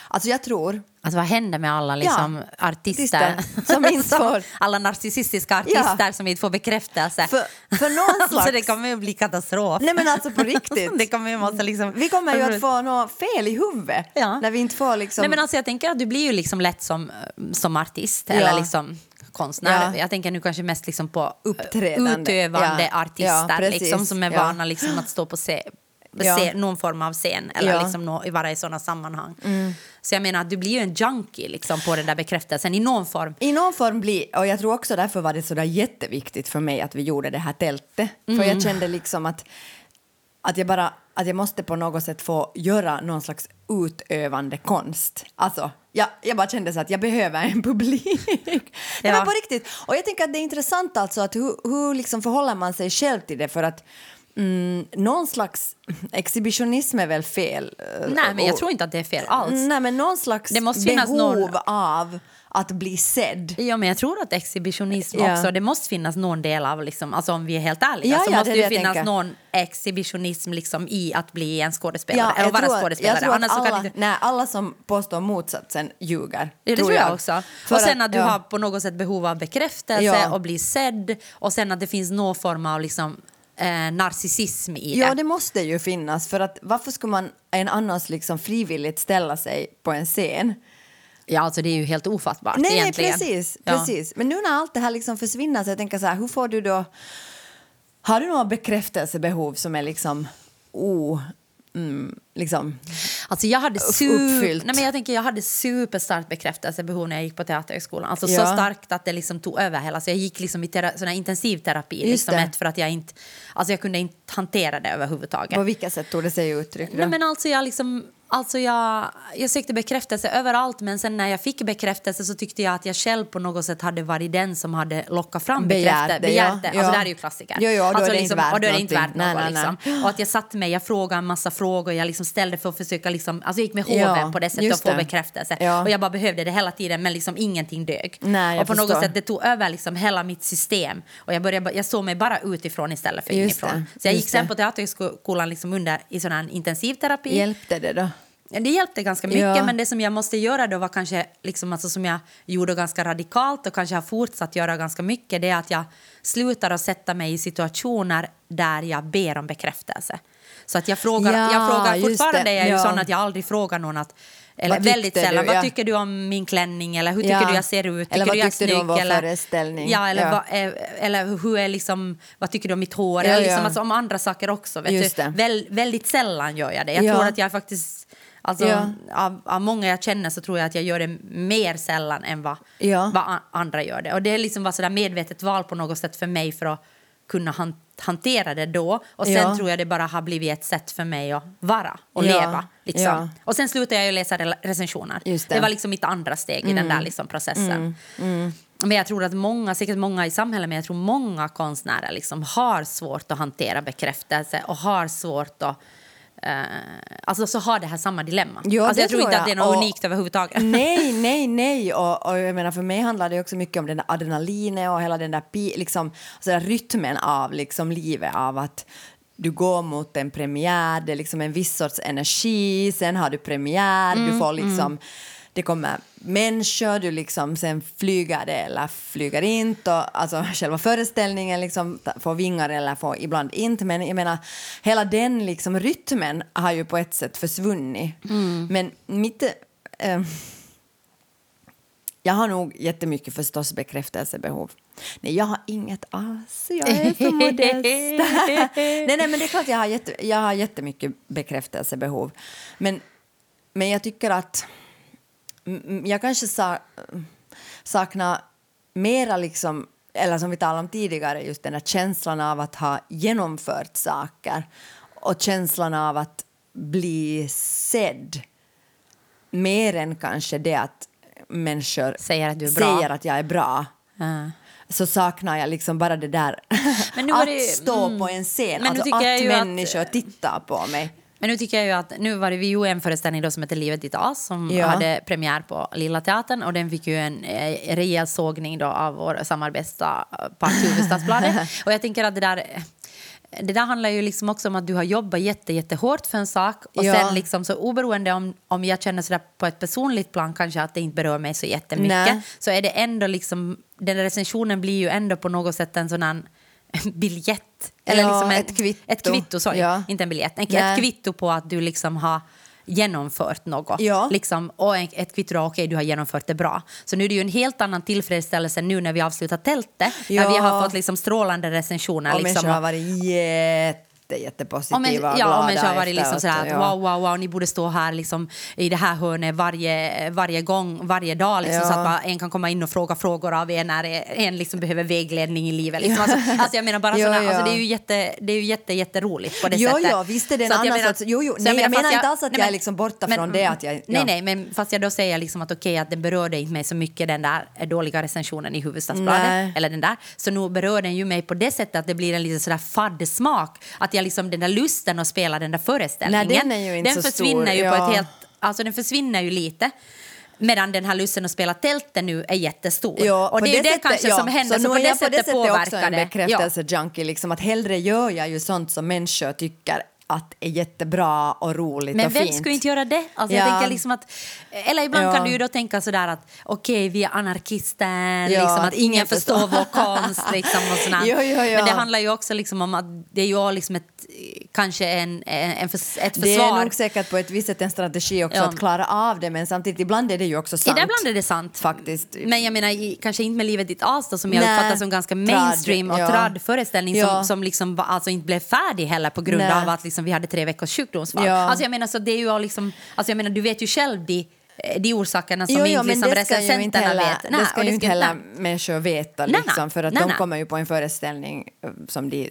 Alltså jag tror...
Alltså vad händer med alla liksom,
Ja,
artister?
artister som inte får-
alla narcissistiska artister som inte får bekräftelse.
För, för någon slags...
Så det kommer ju bli katastrof.
Nej men alltså på riktigt.
det kommer ju måste liksom...
Vi kommer ju att få något fel i huvudet
Ja.
när vi inte får liksom...
Nej, men alltså, jag tänker att du blir ju liksom lätt som, som artist
Ja.
eller liksom konstnär.
Ja.
Jag tänker nu kanske mest liksom på
Uppträdande.
utövande
Ja.
artister
Ja, precis.
liksom, som är
Ja.
vana liksom, att stå på se,
Ja.
se, någon form av scen eller
Ja. Mm.
liksom, nå- vara i sådana sammanhang. Så jag menar att du blir ju en junkie liksom, på den där bekräftelsen i någon form.
I någon form bli, och jag tror också därför var det sådär jätteviktigt för mig att vi gjorde det här tältet. För
Mm.
jag kände liksom att, att jag bara, att jag måste på något sätt få göra någon slags utövande konst. Alltså, jag, jag bara kände så att jag behöver en publik. Nej,
Ja.
men på riktigt. Och jag tänker att det är intressant alltså att hur, hur liksom förhåller man sig själv till det för att mm, någon slags exhibitionism är väl fel? eh,
Nej, men jag
och-
tror inte att det är fel alls.
Nej, men någon slags
Det måste finnas någon-
behov av att bli sedd.
Ja, men jag tror att exhibitionism
Ja.
också, det måste finnas någon del av, liksom, alltså om vi är helt ärliga,
Ja,
så
ja,
måste
det är
det ju
det jag
finnas
tänker.
någon exhibitionism liksom, i att bli en skådespelare, eller vara
tror att-
skådespelare.
Jag tror
Annars
att
så kan
alla,
inte-
nej, alla som påstår motsatsen ljuger.
Ja, det tror jag, också.
För
och sen att, du
ja.
har på något sätt behov av bekräftelse
Ja.
och bli sedd och sen att det finns någon form av liksom, eh, narcissism i
Ja,
det.
det måste ju finnas. För att varför skulle man en annars liksom frivilligt ställa sig på en scen?
Ja, alltså det är ju helt ofattbart
Nej, nej
egentligen.
precis,
Ja.
precis. Men nu när allt det här liksom försvinner så jag tänker så här, hur får du då... Har du några bekräftelsebehov som är liksom o... Mm, liksom.
Alltså jag hade, super,
uppfyllt.
nej men jag, tänker jag hade superstarkt bekräftelsebehov när jag gick på Teaterhögskolan. Alltså
Ja.
så starkt att det liksom tog över hela. Så jag gick liksom i tera, sån här intensiv terapi
Just
liksom
det.
ett, för att jag inte, alltså jag kunde inte hantera det överhuvudtaget.
På vilka sätt tog det sig uttryck? Då?
Nej, men alltså jag, liksom, alltså jag, jag sökte bekräftelse överallt men sen när jag fick bekräftelse så tyckte jag att jag själv på något sätt hade varit den som hade lockat fram
Begärt
bekräftelse.
det,
Begärt
ja,
det.
ja.
Alltså det här är ju klassiker.
Jo, jo, och då är
alltså,
det inte värt
och då är det inte värt
någonting.
något.
Nej, nej, nej.
Liksom. Och att jag satte mig, jag frågade en massa frågor, jag liksom ställde för att försöka liksom, alltså jag gick med
Ja,
hoven på det sättet
just
att få
det.
bekräftelse.
Ja,
Och jag bara behövde det hela tiden men liksom ingenting dög.
Nej, jag
och på något
förstår.
sätt det tog över liksom hela mitt system och jag, började, ba- jag såg mig bara utifrån istället för
Just
inifrån.
det,
Så jag
just
gick sen
det.
på teaterskolan liksom under i sån här intensivterapi.
Hjälpte det då?
Det hjälpte ganska mycket,
Ja.
men det som jag måste göra då var kanske, liksom, alltså, som jag gjorde ganska radikalt och kanske har fortsatt göra ganska mycket, det är att jag slutar att sätta mig i situationer där jag ber om bekräftelse. Så att jag frågar,
Ja,
jag frågar
just
fortfarande,
det.
är jag ju
Ja.
sån att jag aldrig frågar någon att eller
Vad tyckte
väldigt sällan,
du?
vad
Ja.
tycker du om min klänning eller hur tycker
Ja.
du jag ser ut?
Eller vad
du jag är
tyckte du om
snygg?
vår
Eller-
föreställning?
Ja, eller,
Ja.
Vad, eh, eller hur är liksom, vad tycker du om mitt hår?
Ja,
eller liksom,
ja.
alltså, om andra saker också. Vet
Just
du?
det.
Väl, väldigt sällan gör jag det. Jag
Ja.
tror att jag faktiskt Alltså,
Ja.
av, av många jag känner så tror jag att jag gör det mer sällan än vad,
Ja.
vad a- andra gör det. Och det är liksom bara sådär medvetet val på något sätt för mig för att kunna han, hantera det då. Och sen
Ja.
tror jag det bara har blivit ett sätt för mig att vara och
Ja.
leva. Liksom.
Ja.
Och sen slutade jag ju läsa rela- recensioner.
Just det. Mm.
det var liksom mitt andra steg i den där liksom processen. Men jag tror att många, säkert många i samhället, men jag tror många konstnärer liksom har svårt att hantera bekräftelse och har svårt att... Eh, alltså så har det här samma dilemma.
Ja,
alltså
det
jag tror
tror
inte att det är
jag.
något
Och-
unikt överhuvudtaget.
Nej, nej, nej. Och, och jag menar, för mig handlar det också mycket om den där adrenalinet och hela den där, pi- liksom, alltså den där rytmen av liksom, livet, av att du går mot en premiär, det är liksom en viss sorts energi, sen har du premiär, du får liksom, det kommer människor, du liksom, sen flyger det eller flyger inte, och, alltså själva föreställningen liksom, ta- får vingar eller får ibland inte, men jag menar, hela den liksom, rytmen har ju på ett sätt försvunnit. Men mitt... eh, jag har nog jättemycket förstås bekräftelsebehov. Nej, jag har inget alls. Jag är så modest. nej, nej, men det är klart jag har, jätte, jag har jättemycket bekräftelsebehov. Men, men jag tycker att mm, jag kanske sa, saknar mera liksom eller som vi talade om tidigare, just den där känslan av att ha genomfört saker och känslan av att bli sedd. Mer än kanske det att människor
Säger att du är bra.
säger att jag är bra. Så saknar jag liksom bara det där
Men nu var
att
det ju-
stå
mm.
på en scen,
Men nu
alltså
tycker jag
att
ju att-
människor tittar på mig.
Men nu tycker jag ju att nu var det ju en föreställning då som heter Livet ditt as som
Ja.
hade premiär på Lilla Teatern och den fick ju en eh, rejäl sågning då av vår eh, samarbetspartner Hufvudstadsbladet. och jag tänker att det där det där handlar ju liksom också om att du har jobbat jätte, jättehårt för en sak och
Ja.
sen liksom så oberoende om, om jag känner sådär på ett personligt plan kanske att det inte berör mig så jättemycket
Nej.
så är det ändå liksom den där recensionen blir ju ändå på något sätt en sån här biljett eller
Ja,
liksom en,
ett kvitto.
ett kvitto sorry.
Ja.
inte en biljett, en,
Nej.
ett kvitto på att du liksom har genomfört något.
Ja.
Liksom, och en- ett kvitto då, okej du har genomfört det bra. Så nu är det ju en helt annan tillfredsställelse nu när vi avslutar tältet,
Ja.
när vi har fått liksom strålande recensioner.
Och
liksom,
människor har varit jätte, jättepositiva
och
och,
men,
glada
ja, och människor har varit
efteråt,
liksom sådär att
ja.
wow, wow, wow, ni borde stå här liksom, i det här hörnet varje, varje gång, varje dag liksom,
Ja.
så att bara en kan komma in och fråga frågor av en när en liksom behöver vägledning i livet. Liksom. Alltså, alltså, jag menar bara
Ja,
sådana,
ja.
Alltså, det är ju jätte, det är ju jätte, jätteroligt på det
Jo,
sättet.
jo, visst är det en
Så att jag
annan
menar-
sorts- jo, jo,
så
nej, jag
fast
menar inte alls att jag är liksom borta från det, att jag- ja.
mm, Nej, nej, men fast jag då säger liksom att okej, att den berörde inte mig så mycket den där dåliga recensionen i Hufvudstadsbladet,
Nej.
eller den där, så nu berör den ju mig på det sättet att det blir en lite sådär fadd smak, att jag liksom den där lusten att spela den där föreställningen,
Nej, den är ju inte
den
så
försvinner
stor,
ju på
ja.
ett helt, alltså den försvinner ju lite. Medan den här lusten att spela tälten nu är jättestor.
Ja,
och
på
det är ju det
sättet-
kanske
ja.
som händer, så,
nu
på,
är
det
jag på det
sättet
sättet också
påverkar
en
det. Ja.
bekräftelsejunkie, liksom att hellre gör jag ju sånt som människor tycker att är jättebra och roligt
Men
och
vem
fint.
skulle inte göra det? Alltså
Ja.
jag tänker liksom att, eller ibland
Ja.
kan du ju då tänka sådär att okej, vi är anarkister, liksom, att
att
ingen
ingen
förstår
förstår.
vår konst. Liksom, och sådär.
Jo, jo, jo.
Men det handlar ju också liksom om att det är ju liksom ett, kanske en, en, en förs- ett
det är
försvar.
nog säkert på ett visst sätt en strategi också
Ja.
att klara av det men samtidigt ibland är det ju också
Ja,
sant.
där ibland är det sant.
Faktiskt.
Men jag menar, i, kanske inte med Livet ditt as då, som jag
Nej.
uppfattar som ganska
Trad,
mainstream och
ja.
tradd föreställning
Ja.
som, som liksom var, alltså inte blev färdig heller på grund
Nej.
av att liksom vi hade tre veckors sjukdomsfall.
Ja.
Alltså jag menar, så det är ju liksom, alltså jag menar, du vet ju själv de, eh, de orsakerna som
Jo, jo,
inte
men
liksom
det ska ju inte
recensenterna
heller,
vet. Nej,
det ska
och
ju
det
inte
ska-
heller
nej.
människor veta
Nej, nej.
liksom, för att
Nej,
de
nej.
kommer ju på en föreställning eh, som de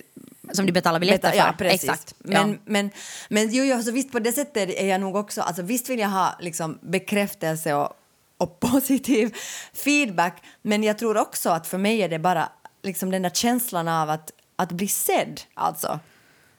Som du betalar biljetter
Beta- ja,
för.
Precis.
Exakt.
Men,
ja.
men, men jo, jo, så visst på det sättet är jag nog också, alltså visst vill jag ha liksom, bekräftelse och, och positiv feedback, men jag tror också att för mig är det bara liksom den där känslan av att, att bli sedd, alltså.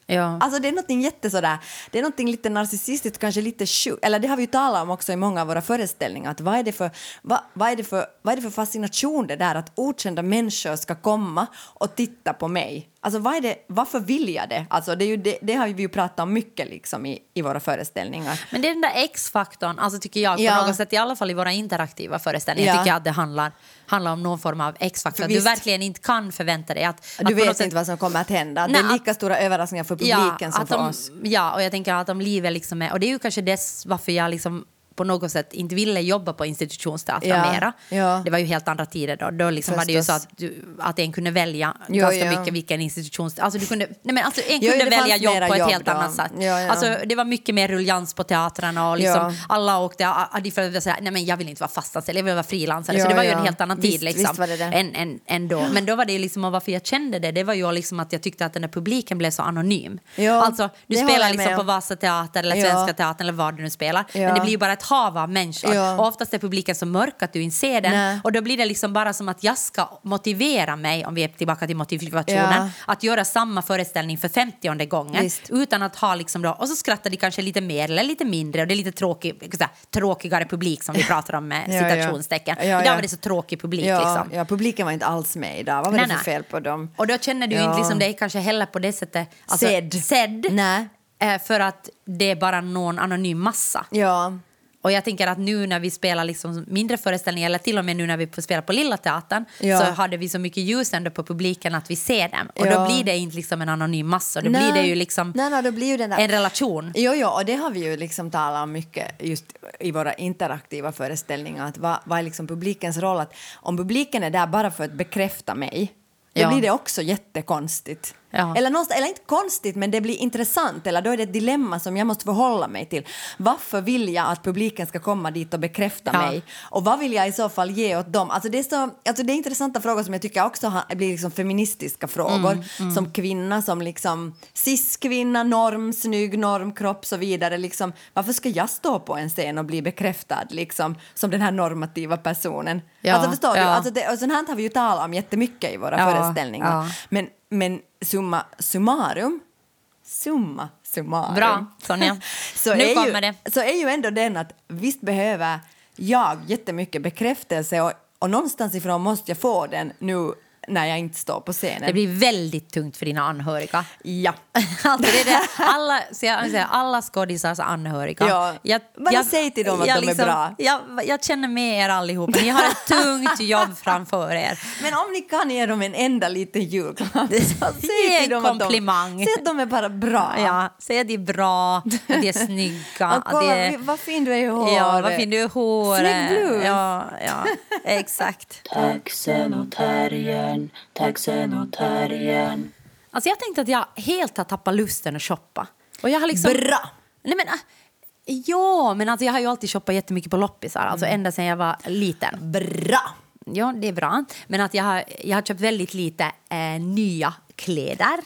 Ja.
Alltså det är någonting jätte sådär, det är någonting lite narcissistiskt, kanske lite sjukt, eller det har vi ju talat om också i många av våra föreställningar, att vad är det för, vad, vad är det för, vad är det för fascination det där att okända människor ska komma och titta på mig? Alltså vad är det, varför vill jag det? Alltså det, är ju, det, det har vi ju pratat om mycket liksom i, i våra föreställningar.
Men det är den där X-faktorn, alltså tycker jag, på
Ja.
något sätt, i alla fall i våra interaktiva föreställningar,
Ja.
tycker jag att det handlar, handlar om någon form av X-faktor.
För
Att Du
visst-
verkligen inte kan förvänta dig att... att
Du
på
vet
något
inte
sätt-
vad som kommer att hända, att
Nej,
det är
att-
lika stora överraskningar för publiken som
att
för
om,
oss.
Ja, och jag tänker att om livet liksom är... Och det är ju kanske dess varför jag liksom på något sätt inte ville jobba på institutionsteater
Ja,
mera.
ja.
Det var ju helt andra tider då. Då liksom var det ju så
Förstås.
att, du, att en kunde välja
Jo,
ganska
ja.
mycket vilken institution... Alltså du kunde, nej men alltså en
Jo,
kunde
det
välja
fanns mera
jobb på ett
jobb
helt
då.
annat sätt.
Ja, ja.
Alltså, det var mycket mer rulljans på teatrarna och liksom
Ja.
alla åkte... a- a- De föräldrar sa nej men jag vill inte vara fastanställd, jag vill vara frilansare. så
Ja,
det var ju
ja.
en helt annan tid
Visst,
liksom,
visst var det det.
Än, än, än då. Men då var det ju liksom, och varför jag kände det, det var ju liksom att jag tyckte att den där publiken blev så anonym.
Ja,
alltså,
det
du
håller
spelar
jag
liksom
med
på
om.
Vasateatern eller
Ja.
Svenska teatern eller vad du nu spelar.
Ja.
Men det blir ju bara ett hav av människor.
Ja.
Och oftast är publiken så mörk att du inte ser den.
Nej.
Och då blir det liksom bara som att jag ska motivera mig, om vi är tillbaka till motivationen,
Ja.
att göra samma föreställning för femtionde gången.
Visst.
Utan att ha liksom då, och så skrattar de kanske lite mer eller lite mindre och det är lite tråkig, så här, tråkigare publik som vi pratar om med
Ja, ja.
citationstecken.
Ja,
Idag
ja.
var det så tråkig publik
ja,
liksom.
ja, publiken var inte alls med idag, vad var det
Nej,
för
nej.
fel på dem?
Och då känner du ju
Ja.
inte liksom dig kanske heller på det sättet alltså,
Sedd.
sedd
Nej.
eh, för att det är bara någon anonym massa.
Ja,
Och jag tänker att nu när vi spelar liksom mindre föreställningar eller till och med nu när vi får spela på Lilla Teatern
Ja.
så hade vi så mycket ljus ändå på publiken att vi ser dem. Och då
Ja.
blir det inte liksom en anonym massa, då
Nej.
blir det ju liksom
nej, nej, då blir ju den där...
en relation.
Jo, jo, och det har vi ju liksom talat om mycket just i våra interaktiva föreställningar. Att vad, vad är liksom publikens roll? Att om publiken är där bara för att bekräfta mig, då
Ja.
blir det också jättekonstigt.
Ja.
Eller, någonstans, eller inte konstigt, men det blir intressant. Eller då är det ett dilemma som jag måste förhålla mig till. Varför vill jag att publiken ska komma dit och bekräfta
Ja.
mig? Och vad vill jag i så fall ge åt dem? Alltså det, är så, alltså det är intressanta frågor som jag tycker också har, blir liksom feministiska frågor.
Mm,
Som kvinna, som liksom cis-kvinna, norm, snygg, norm, kropp så vidare. Liksom, varför ska jag stå på en scen och bli bekräftad liksom, som den här normativa personen?
Ja,
alltså förstår
ja.
du? Alltså det, och sånt här har vi ju talat om jättemycket i våra
Ja,
föreställningar.
ja.
Men, men summa summarum, summa summarum.
Bra, Sonja.
Så
nu
är ju,
kommer det.
Så är ju ändå den att visst behöver jag jättemycket bekräftelse och, och någonstans ifrån måste jag få den nu när jag inte står på
Det
scenen.
blir väldigt tungt för dina anhöriga.
Ja.
Alltså det är det. Alla, så jag, säger, alla skådisars anhöriga.
Ja. Bara säg till dem att
jag liksom-
de är bra.
Jag, jag känner med er allihopa. Ni har ett tungt jobb framför er.
Men om ni kan ge dem en enda liten julklapp så
Ge
säg
en
till dem att de,
komplimang.
säg att de är bara bra.
Ja, säg att det är bra, att det är snygga.
Och
att
kolla,
det är,
vad fin du är i håret.
ja, vad fin du är i håret.
Snygg blus.
Ja, ja, exakt.
Taxenotarien, taxenotarien.
Alltså jag tänkte att jag helt har tappat lusten att shoppa. Och jag har liksom...
Bra!
Nej, men, äh, ja, men alltså jag har ju alltid shoppat jättemycket på loppisar,
Mm.
alltså ända sedan jag var liten.
Bra!
Ja, det är bra. Men att jag har, jag har köpt väldigt lite eh, nya kläder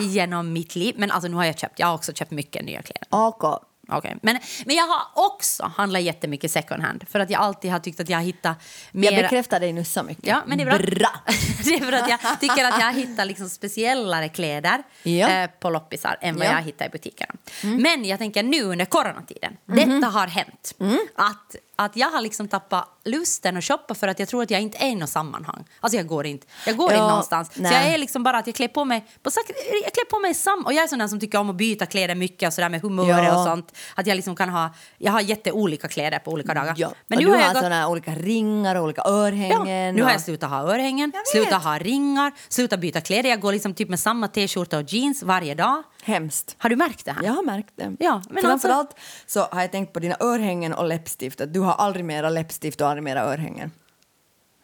genom mitt liv. Men alltså nu har jag köpt, jag har också köpt mycket nya kläder.
Okej.
Okej. Men, men jag har också handlat jättemycket second hand för att jag alltid har tyckt att jag har hittat mer...
Jag bekräftar dig nu så mycket.
Ja, men det är bra.
Bra!
det är för att jag tycker att jag hittar liksom speciellare kläder
Ja.
eh, på loppisar än vad
Ja.
jag hittar i butikerna. Men jag tänker nu under coronatiden,
Mhm.
detta har hänt.
Mm.
Att, att jag har liksom tappat lusten att shoppa för att jag tror att jag inte är i något sammanhang. Alltså jag går inte, jag går
Ja,
inte någonstans.
nej.
Så jag är liksom bara att jag klär på mig, på sak, jag klär på mig sam, och jag är sån där som tycker om att byta kläder mycket och sådär med humöret
Ja.
och sånt. Att jag liksom kan ha, jag har jätteolika kläder på olika dagar.
Ja.
Men
och
nu
du
har
har,
jag gått
såna här olika ringar och olika
Ja,
örhängen.
nu har
och-
jag slutat ha örhängen,
vet.
slutat ha ringar, slutat byta kläder. Jag går liksom typ med samma t-skjorta och jeans varje dag.
Hemskt.
Har du märkt det här?
Jag har märkt det.
Ja, men
Framförallt så har jag tänkt på dina örhängen och läppstift. Att du har aldrig mera läppstift och aldrig mera örhängen.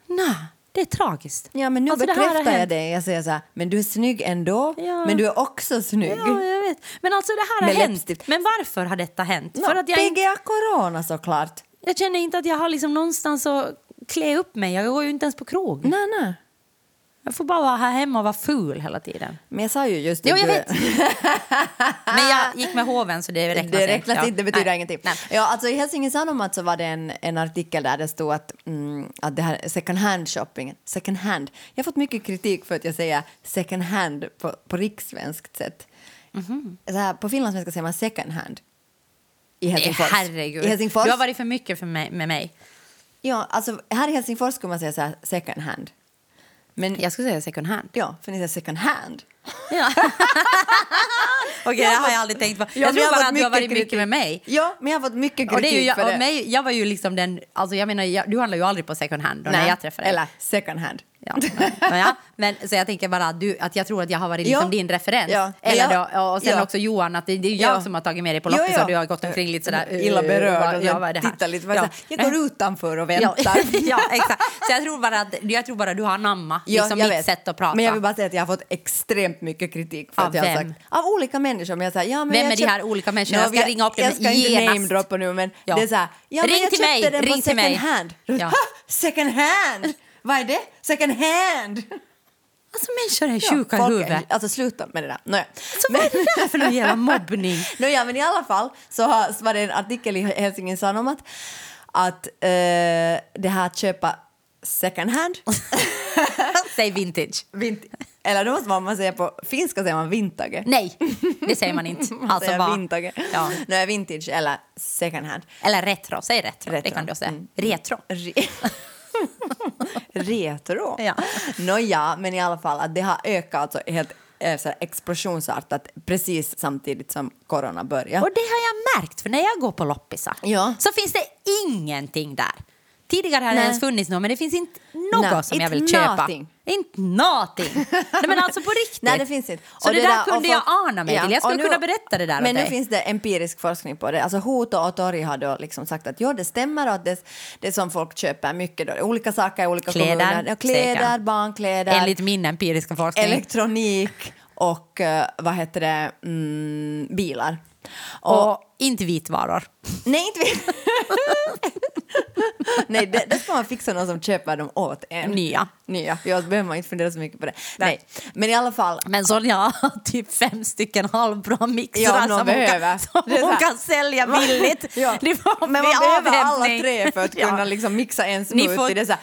Nej, det är tragiskt.
Ja, men nu
Alltså, det här har
bekräftar jag
hänt.
dig. Jag säger så här, men du är snygg ändå,
Ja.
men du är också snygg.
Ja, jag vet. Men alltså det här har
Med
hänt.
läppstift.
Men varför har detta hänt?
Nå,
För att jag, inte,
PGA corona såklart.
jag känner inte att jag har liksom någonstans att klä upp mig. Jag går ju inte ens på krog.
Nej, nej.
Jag får bara vara här hemma och vara ful hela tiden.
Men jag sa ju just
Jo,
att
jag
du-
vet. Men jag gick med hoven så det räknas
Det räknas
Ja.
inte, det betyder
Nej.
ingenting.
Nej.
Ja, alltså I Helsingin Sanomat så var det en, en artikel där det stod att, mm, att det här second hand shoppingen, second hand. Jag har fått mycket kritik för att jag säger second hand på, på rikssvenskt sätt. Så här, på finlandssvenska säger man second hand. I
Mhm. Nej,
Helsingfors.
herregud.
I Helsingfors.
Du har varit för mycket för mig, med mig.
ja, alltså, här i Helsingfors skulle man säga så här, second hand. Men
Jag skulle säga second hand.
ja, för ni säger second hand.
Ja. Okej, det har jag aldrig tänkt på.
Ja,
Jag
men
tror bara
fått
att du har varit
kritik.
mycket med mig.
Ja, men jag har fått mycket kritik
Och det är ju
för
jag,
det.
och mig, jag var ju liksom den, alltså jag menar, jag, du handlar ju aldrig på second hand då, när
Nej,
jag träffade dig.
Eller second hand.
Ja, ja, ja. Men, så jag tänker bara att, du, att jag tror att jag har varit liksom
Ja.
din referens.
Ja.
Eller
Ja.
då, och sen
Ja.
också Johan, att det, det är ju jag
Ja.
som har tagit med dig på
Ja,
loppis
ja.
och du har gått omkring lite sådär... eh,
illa
vad-
berörd och
ja, vad är det här?
tittar lite. Bara
Ja.
så här, jag går utanför och
Ja.
väntar.
ja, exakt. Så jag tror bara att, jag tror bara att du har namma
Ja,
liksom
jag
mitt
vet.
sätt att prata.
Men jag vill bara säga att jag har fått extremt mycket kritik för
Av
att jag har
vem?
sagt, av olika människor. Men jag säger, ja, men
Vem
jag
är de här olika människorna? Jag ska
vi-
ringa upp dem
Jag ska inte
genast.
namedroppa nu men
Ja.
det är så här, ja, men
Ring
jag
till
köpte
mig,
den på
ring till
second
mig.
hand.
Ja.
Ja. Second hand! Vad är det? Second hand!
Alltså människor är sjuka i
folk är-
huvudet. Alltså,
Alltså sluta med det där. Nåja.
Så vad är det där för någon jävla mobbning?
Nåja, men i alla fall så har- så var det en artikel i Helsingin Sanomat att eh, det här att köpa second hand
Säg vintage.
Vint- eller då måste man, man säga på finska säger man vintage.
Nej, det säger man inte.
Man
Alltså
säger
bara,
vintage.
Ja.
Nej, vintage eller second hand.
Eller retro, säg retro. Det
Retro.
kan du säga.
Mm.
Retro.
Re- Retro.
Ja.
Nåja, men i alla fall att det har ökat alltså helt eh, så här explosionsartat precis samtidigt som corona började.
Och det har jag märkt, för när jag går på loppisar
Ja.
så finns det ingenting där. Tidigare har det
Nej.
ens funnits något, men det finns inte något
Nej,
som jag
inte
vill köpa.
nothing.
Inte någonting. Nej, men alltså på riktigt.
Nej, det finns inte.
Så det, där,
och
kunde jag
folk-
ana mig
Ja,
till. Jag skulle
och nu-
kunna berätta det där
Men
åt
nu
dig.
finns det empirisk forskning på det. Alltså Hot och Torg har då liksom sagt att ja, det stämmer och att det, det är som folk köper mycket. Då. Olika saker i olika
Kläder,
kommuner. Ja, kläder,
säkert.
barnkläder,
Enligt min empiriska forskning.
elektronik och eh, vad heter det, mm, bilar. Och,
Och inte vitvaror.
nej, inte vi. nej, det, det ska man fixa någon som köper dem åt en.
Nya.
Nya, ja, då behöver man inte fundera så mycket på det. Nej. Men i alla fall,
Men Sonja har typ fem stycken halvbra
Ja,
mixrar
någon
som, hon
behöver.
kan, som
Det är så
hon
här.
kan sälja billigt.
Ja.
Ni får
Men man
vid
behöver alla
avhämtning.
tre för att
Ja.
kunna liksom mixa en
Ni
smoothie.
får-
det är så här,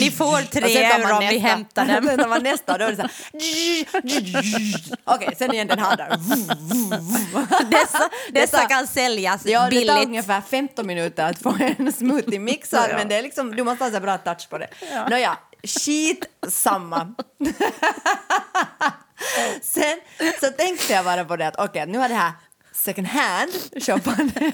Ni får
Och
tre
sen tar man
euro om ni
nästa.
hämtar dem.
Sen tar man nästa och då är det så här... Okej, sen igen den här där.
Dessa, dessa
Detta-
kan säljas
Ja, det tar
billigt.
ungefär 15 minuter att få en smoothie mixad
Ja.
men det är liksom, du måste ha så här bra touch på det. Nåja, skit samma. Sen så tänkte jag bara på det att okej, nu har det här second hand shoppande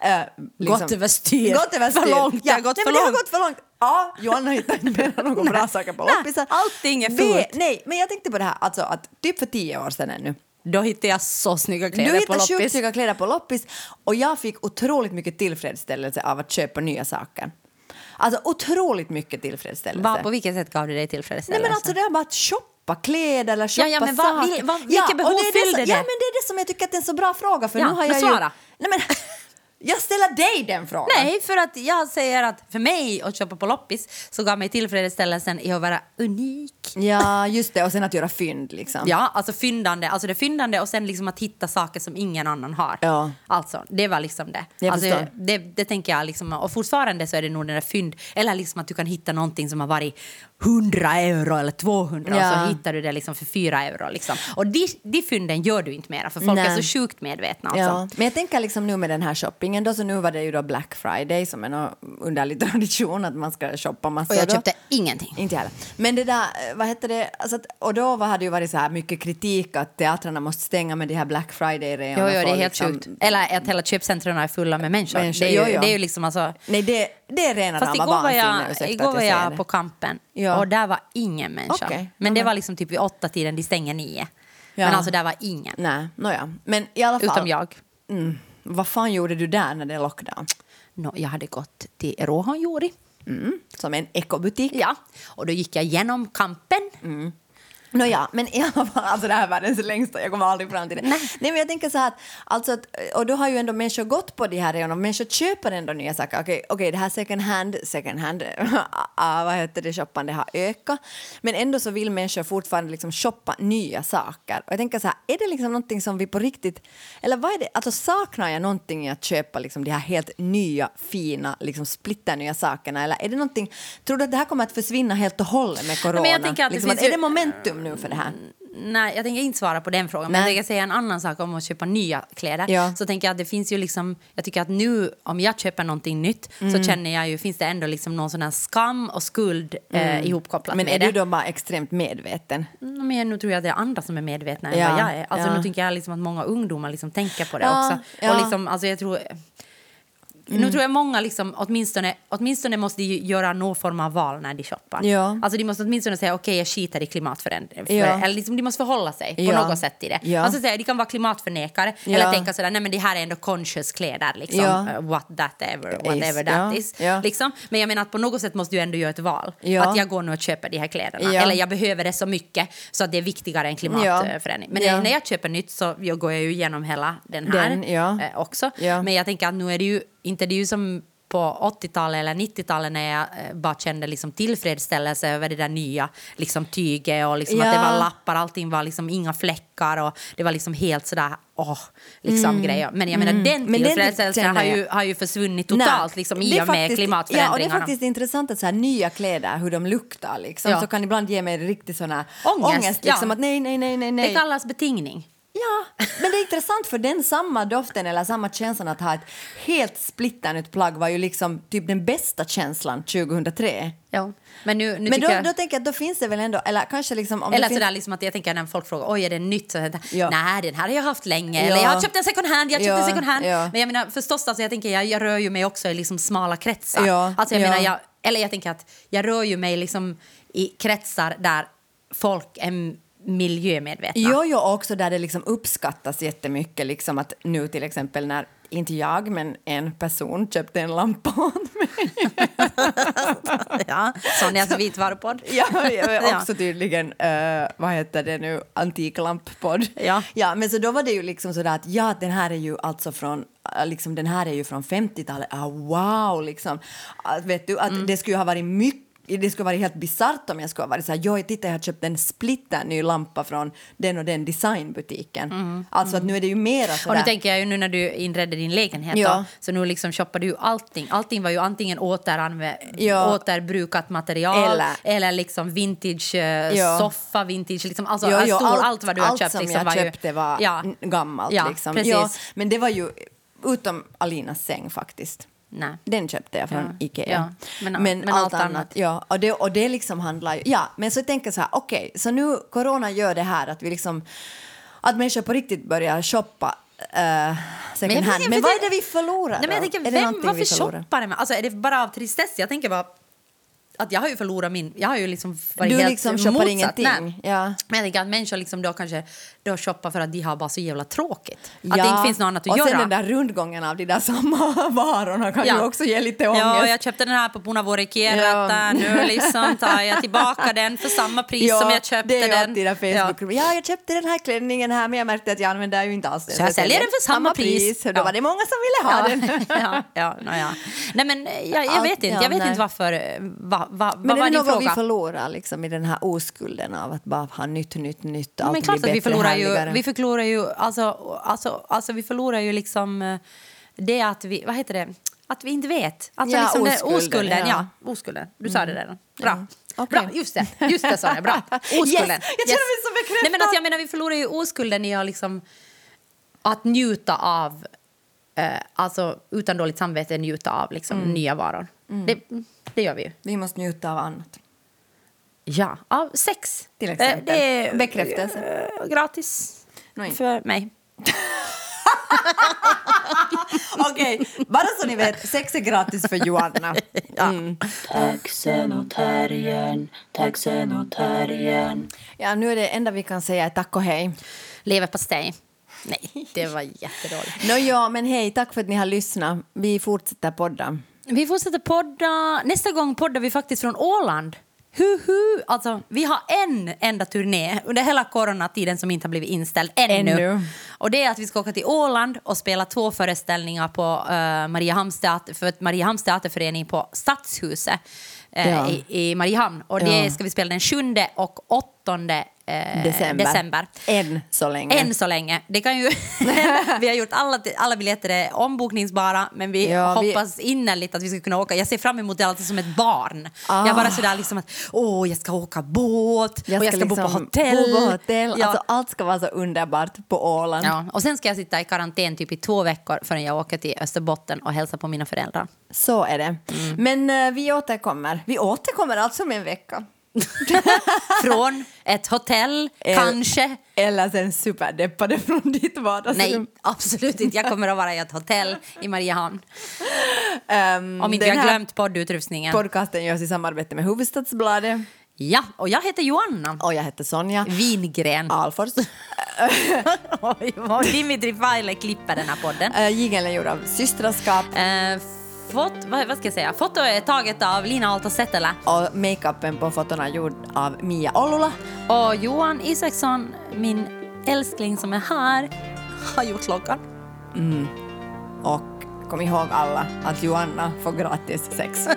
eh,
Gått överstyr.
Gått överstyr.
Liksom För långt. Det
Ja.
har gått
nej,
för
men det har
långt.
gått för långt. Ja, Johanna hittar inte mer några bra saker på
Nej,
loppisar.
allting är
Det-
fult.
Nej, men jag tänkte på det här alltså att typ för tio år sedan ännu
Då hittade jag så snygga
du
kläder på
hittar sjukt
loppis.
snygga kläder på loppis och jag fick otroligt mycket tillfredsställelse av att köpa nya saker. Alltså otroligt mycket tillfredsställelse.
Va, på vilket sätt gav det dig
Nej
tillfredsställelse?
men alltså det är bara att shoppa kläder eller shoppa
Ja, ja, men vad-
saker.
vil- vad- vilket
och
behov
det är det
fyllde
som,
det?
Ja men det är det som jag tycker att det är en så bra fråga för
Ja,
nu har
men
jag
svara.
ju... Nej men jag ställer dig den frågan.
Nej, för att jag säger att för mig att köpa på loppis så gav mig tillfredsställelsen i att vara unik.
Ja just det och sen att göra fynd liksom.
Ja, alltså fyndande, alltså det fyndande och sen liksom att hitta saker som ingen annan har.
Ja.
Alltså, det var liksom det.
Jag
alltså,
förstår.
det, det tänker jag liksom, och fortfarande så är det nog den där fynd, eller liksom att du kan hitta någonting som har varit 100 euro eller 200 och
Ja.
så hittar du det liksom för 4 euro liksom. Och de, de fynden gör du inte mera för folk
Nej.
är så sjukt medvetna alltså.
Ja, men jag tänker liksom nu med den här shoppingen då, så nu var det ju då Black Friday som är en underlig tradition att man ska shoppa massa.
Och jag
då.
köpte ingenting.
Inte jag heller. Men det där, eh, vad hette det, alltså att, och då var- hade ju varit så här mycket kritik att teatrarna måste stänga med de här Black
Jo,
Friday-reorna.
jo, det
för
är
att
helt
liksom-
sjukt. Eller att hela köpcentren är fulla med människor.
Människor,
Det, är ju,
jo, jo.
det är ju liksom alltså...
Nej, det, det är rena
Fast
rama
igår var
vansinne,
jag,
ursäkta
igår
att
var
säger
jag
det.
på kampen
Ja.
och där var ingen människa.
Okej.
Men det
Ja,
var liksom typ vid åtta tiden, de stänger nio.
Ja.
Men alltså där var ingen,
Nej, nåja. Men i alla fall.
utom jag.
Mm, vad fan gjorde du där när det är lockdown?
No, jag hade gått till Råhanjuri.
Mm, som en ekobutik.
Ja. Och då gick jag igenom kampen.
Nåja, men i alla fall, alltså det här är världens längsta, jag kommer aldrig fram till det. Nej. men jag tänker så här att, alltså att, och då har ju ändå människor gått på de här reorna, människor köper ändå nya saker. Okej, okej det här second hand, second hand, ah, vad heter det, shoppande har ökat. Men ändå så vill människor fortfarande liksom shoppa nya saker. Och jag tänker så här, är det liksom någonting som vi på riktigt, eller vad är det, alltså saknar jag någonting i att köpa liksom de här helt nya, fina, liksom splitternya sakerna? Eller är det någonting, tror du att det här kommer att försvinna helt och hållet med corona?
men jag tänker att det
liksom
finns
är
ju-
det momentum nu för det här?
Mm, Nej, jag tänker inte svara på den frågan, men
Nej.
jag tänker säga en annan sak om att köpa nya kläder.
Ja.
Så tänker jag att det finns ju liksom, jag tycker att nu om jag köper någonting nytt
Mm.
så känner jag ju, finns det ändå liksom någon sån här skam och skuld eh, ihopkopplat
Mm. Men
med
är
det.
du då bara extremt medveten?
No, Mm, men jag- nu tror jag att det är andra som är medvetna än
Ja,
vad jag är. Alltså,
ja.
Nu tycker jag liksom att många ungdomar liksom tänker på det
Ja,
också.
ja. Mm.
Och liksom, alltså, jag tror, Nu tror jag många liksom, åtminstone, åtminstone måste de ju göra någon form av val när de shoppar.
Ja.
Alltså, de måste åtminstone säga okej jag skiter i klimatförändring. för-
Ja.
Eller liksom, de måste förhålla sig
Ja.
på något sätt i det.
Ja.
Alltså, säga, de kan vara klimatförnekare
Ja.
eller tänka sådär, nej men det här är ändå conscious kläder. Liksom.
Ja.
Uh, What that ever, whatever
Is,
that
ja,
is.
ja.
Liksom. Men jag menar att på något sätt måste du ändå göra ett val.
Ja.
Att jag går nu och köper de här kläderna.
Ja.
Eller jag behöver det så mycket så att det är viktigare än klimatförändring. Men
Ja.
när jag köper nytt så jag går jag ju igenom hela den här
Den, ja.
eh, också.
Ja.
Men jag tänker att nu är det ju inte det är ju som på 80-talet eller 90-talet när jag eh, bara kände liksom tillfredsställelse över det där nya liksom tyget och liksom att det
Ja.
var lappar, allting var liksom inga fläckar och det var liksom helt sådär åh, liksom grejer. Men jag menar den
Mm. Men den
tillfredsställelsen
känner
har,
jag-
ju, har ju försvunnit totalt
Nej,
liksom,
det
i
är
och
faktiskt- Ja, och
med
det är
klimatförändringarna.
faktiskt intressant att så här, nya kläder, hur de luktar, liksom,
Ja.
så kan ibland ge mig riktigt sån här
Ångest,
liksom,
ja.
att nej, nej, nej, nej, nej.
Det kallas betingning.
Ja, men det är intressant för den samma doften eller samma känslan att ha ett helt splitternytt plagg var ju liksom typ den bästa känslan 2003.
Ja. Men, nu,
Men
nu
då,
tycker jag...
då tänker jag att då finns det väl ändå, eller kanske liksom om
Eller
det finns...
sådär liksom att jag tänker när folk frågar oj är det nytt så jag,
Ja.
nej den här har jag haft länge
Ja.
eller jag har köpt en second hand, jag har köpt
Ja,
en second hand.
ja.
Men jag menar förstås alltså jag tänker jag, jag rör ju mig också i liksom smala kretsar.
Ja,
Alltså jag
ja.
menar jag, eller jag tänker att jag rör ju mig liksom i kretsar där folk är miljömedvetna.
Jo, jo, och också där det liksom uppskattas jättemycket. Liksom att nu till exempel när, inte jag, men en person köpte en lampa åt mig.
Ja, alltså Sonjas vitvarupodd.
Ja, jag är också tydligen, eh, vad heter det nu, antiklamppodd.
Ja.
ja, men så då var det ju liksom sådär att ja, den här är ju alltså från eh, Liksom, den här är ju från 50-talet. Ah, wow! Liksom. Att, vet du, att Det skulle ha varit mycket det skulle ha varit helt bisarrt om jag skulle ha varit så här, "Jo, titta jag har köpt en splitter ny lampa från den och den designbutiken. Alltså att nu är det ju mera så
Och nu
där-
tänker jag ju nu när du inredde din lägenhet
Ja.
då, så nu liksom shoppade du ju allting. Allting var ju antingen återanvä-
Ja.
återbrukat material
Eller-
eller, liksom vintage eh,
Ja.
soffa, vintage, liksom, alltså
Ja, ja,
stor, allt, vad du har
allt
köpt.
som
liksom,
jag
var
köpte
ju,
var
ja.
n- gammalt.
Ja,
liksom.
precis.
Ja, men det var ju utom Alinas säng faktiskt.
Nej.
Den köpte jag från
Ja,
Ikea.
ja. Men- men allt annat.
Ja, och det, och det liksom handlar ju... Ja, men så tänker jag så här, okej, så nu corona gör det här att vi liksom... Att människor på riktigt börjar shoppa eh, second hand.
tänker-
Men
för
vad är det vi förlorar
Nej, men
då?
jag tänker,
Är det
vem,
någonting vi
varför
förlorar?
shoppar det? med- Alltså, är det bara av tristess? Jag tänker bara att jag har ju förlorat min... Jag har ju liksom varit
Du
helt
liksom shoppar
motsatt.
ingenting,
Nej.
ja.
Men jag tänker att människor liksom då kanske då shoppar för att de har bara så jävla tråkigt. Att det
Ja,
inte finns något annat att
och
göra.
sen den där rundgången av de där samma varorna kan ju också ge lite ångest.
Ja, jag köpte den här på Punavuorikierata.
Ja.
Nu liksom tar jag tillbaka den för samma pris som jag köpte
det är ju
den.
alltid där Facebook. Ja. ja, jag köpte den här klänningen här men jag märkte att jag använder ju inte alls den.
Så jag säljer den för samma pris.
Och då
Ja.
var det många som ville ha
Ja,
den.
ja, ja, no, ja. Nej, men eh, jag, jag
Allt-
vet inte,
ja,
jag vet
nej.
inte varför. eh, Va, va,
Men
vad var
är det
din
något vi
fråga?
förlorar liksom, i den här oskulden av att bara ha nytt, nytt, nytt? Allt
men klart
blir
att vi
bättre,
förlorar ju,
härligare.
vi förlorar ju, alltså, alltså, alltså vi förlorar ju liksom eh, det att vi, vad heter det, att vi inte vet. Alltså
Ja,
liksom det-
oskulden,
oskulden,
ja. Mm.
ja. oskulden. Du sa det där. Bra.
Okej.
Bra, just det, just det sa jag, bra. Oskulden.
Yes, jag känner mig så bekräftad.
Nej, men att jag menar, vi förlorar ju oskulden i att liksom, att njuta av, eh, alltså utan dåligt samvete njuta av liksom,
Mm.
nya varor. Det, det gör vi ju.
Vi måste njuta av annat.
Ja, av sex.
Till exempel.
Eh, Det är
Bekräftelse.
eh, gratis
Nej.
för mig.
Okej, bara så ni vet, sex är gratis för Joanna. Mm.
Taxen och terriern, taxen och terriern.
Ja, nu är det enda vi kan säga är tack och hej.
Leverpastej. Nej, det var jättedåligt.
Nå ja, men hej, tack för att ni har lyssnat. Vi fortsätter podda.
Vi fortsätter podda. Nästa gång poddar vi faktiskt från Åland. Huhu! Alltså, vi har en enda turné under hela coronatiden som inte har blivit inställd ännu.
Ännu.
Och det är att vi ska åka till Åland och spela två föreställningar på uh, Mariehamns, teater, för ett Mariehamns teaterförening på Stadshuset eh,
Ja.
i, i Mariehamn. Och
Ja.
det ska vi spela den 7 och 8 eh,
December.
december.
Än så länge.
Än så länge. Det kan ju, vi har gjort alla, alla biljetter är ombokningsbara men vi
Ja, vi-
hoppas innerligt att vi ska kunna åka. Jag ser fram emot det alltid som ett barn.
Ah.
Jag bara sådär liksom att åh, jag ska åka båt
Jag ska,
och jag ska bo på
liksom
hotell.
bo på hotell.
Ja.
Alltså, allt ska vara så underbart på Åland.
ja. Och sen ska jag sitta i karantän typ i två veckor förrän jag åker till Österbotten och hälsar på mina föräldrar.
Så är det.
Mm.
Men eh, vi återkommer. Vi återkommer alltså om en vecka.
Från ett hotell,
Eh,
kanske.
Eller sen superdeppade från ditt
Nej,
vardagsrum.
absolut inte. Jag kommer att vara i ett hotell i Mariehamn.
Ehm,
Om inte
den
jag
här
glömt poddutrustningen.
Podcasten görs i samarbete med Hufvudstadsbladet.
Ja, och jag heter Joanna
Och jag heter
Mm.
Sonja
Wingren.
Alfors.
Oj, vad Dimitri File klipper den här podden.
Eh, Jingeln är gjord av Systraskap
Eh, fot, vad, vad ska jag säga? Foto är taget av Lina Aalto-Setälä
och makeupen på fotona är gjord av Mia Ollula.
och Johan Isaksson, min älskling som är här, har gjort loggan.
Och kom ihåg alla att Joanna får gratis sex.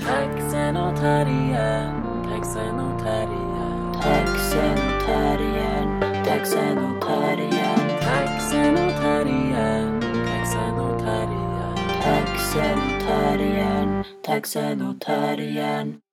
Taxen och terriern, taxen och terriern. Taxen och terriern, taxen och terriern. Taxen och terriern, taxen och terriern. Taxen och terriern, taxen och terriern.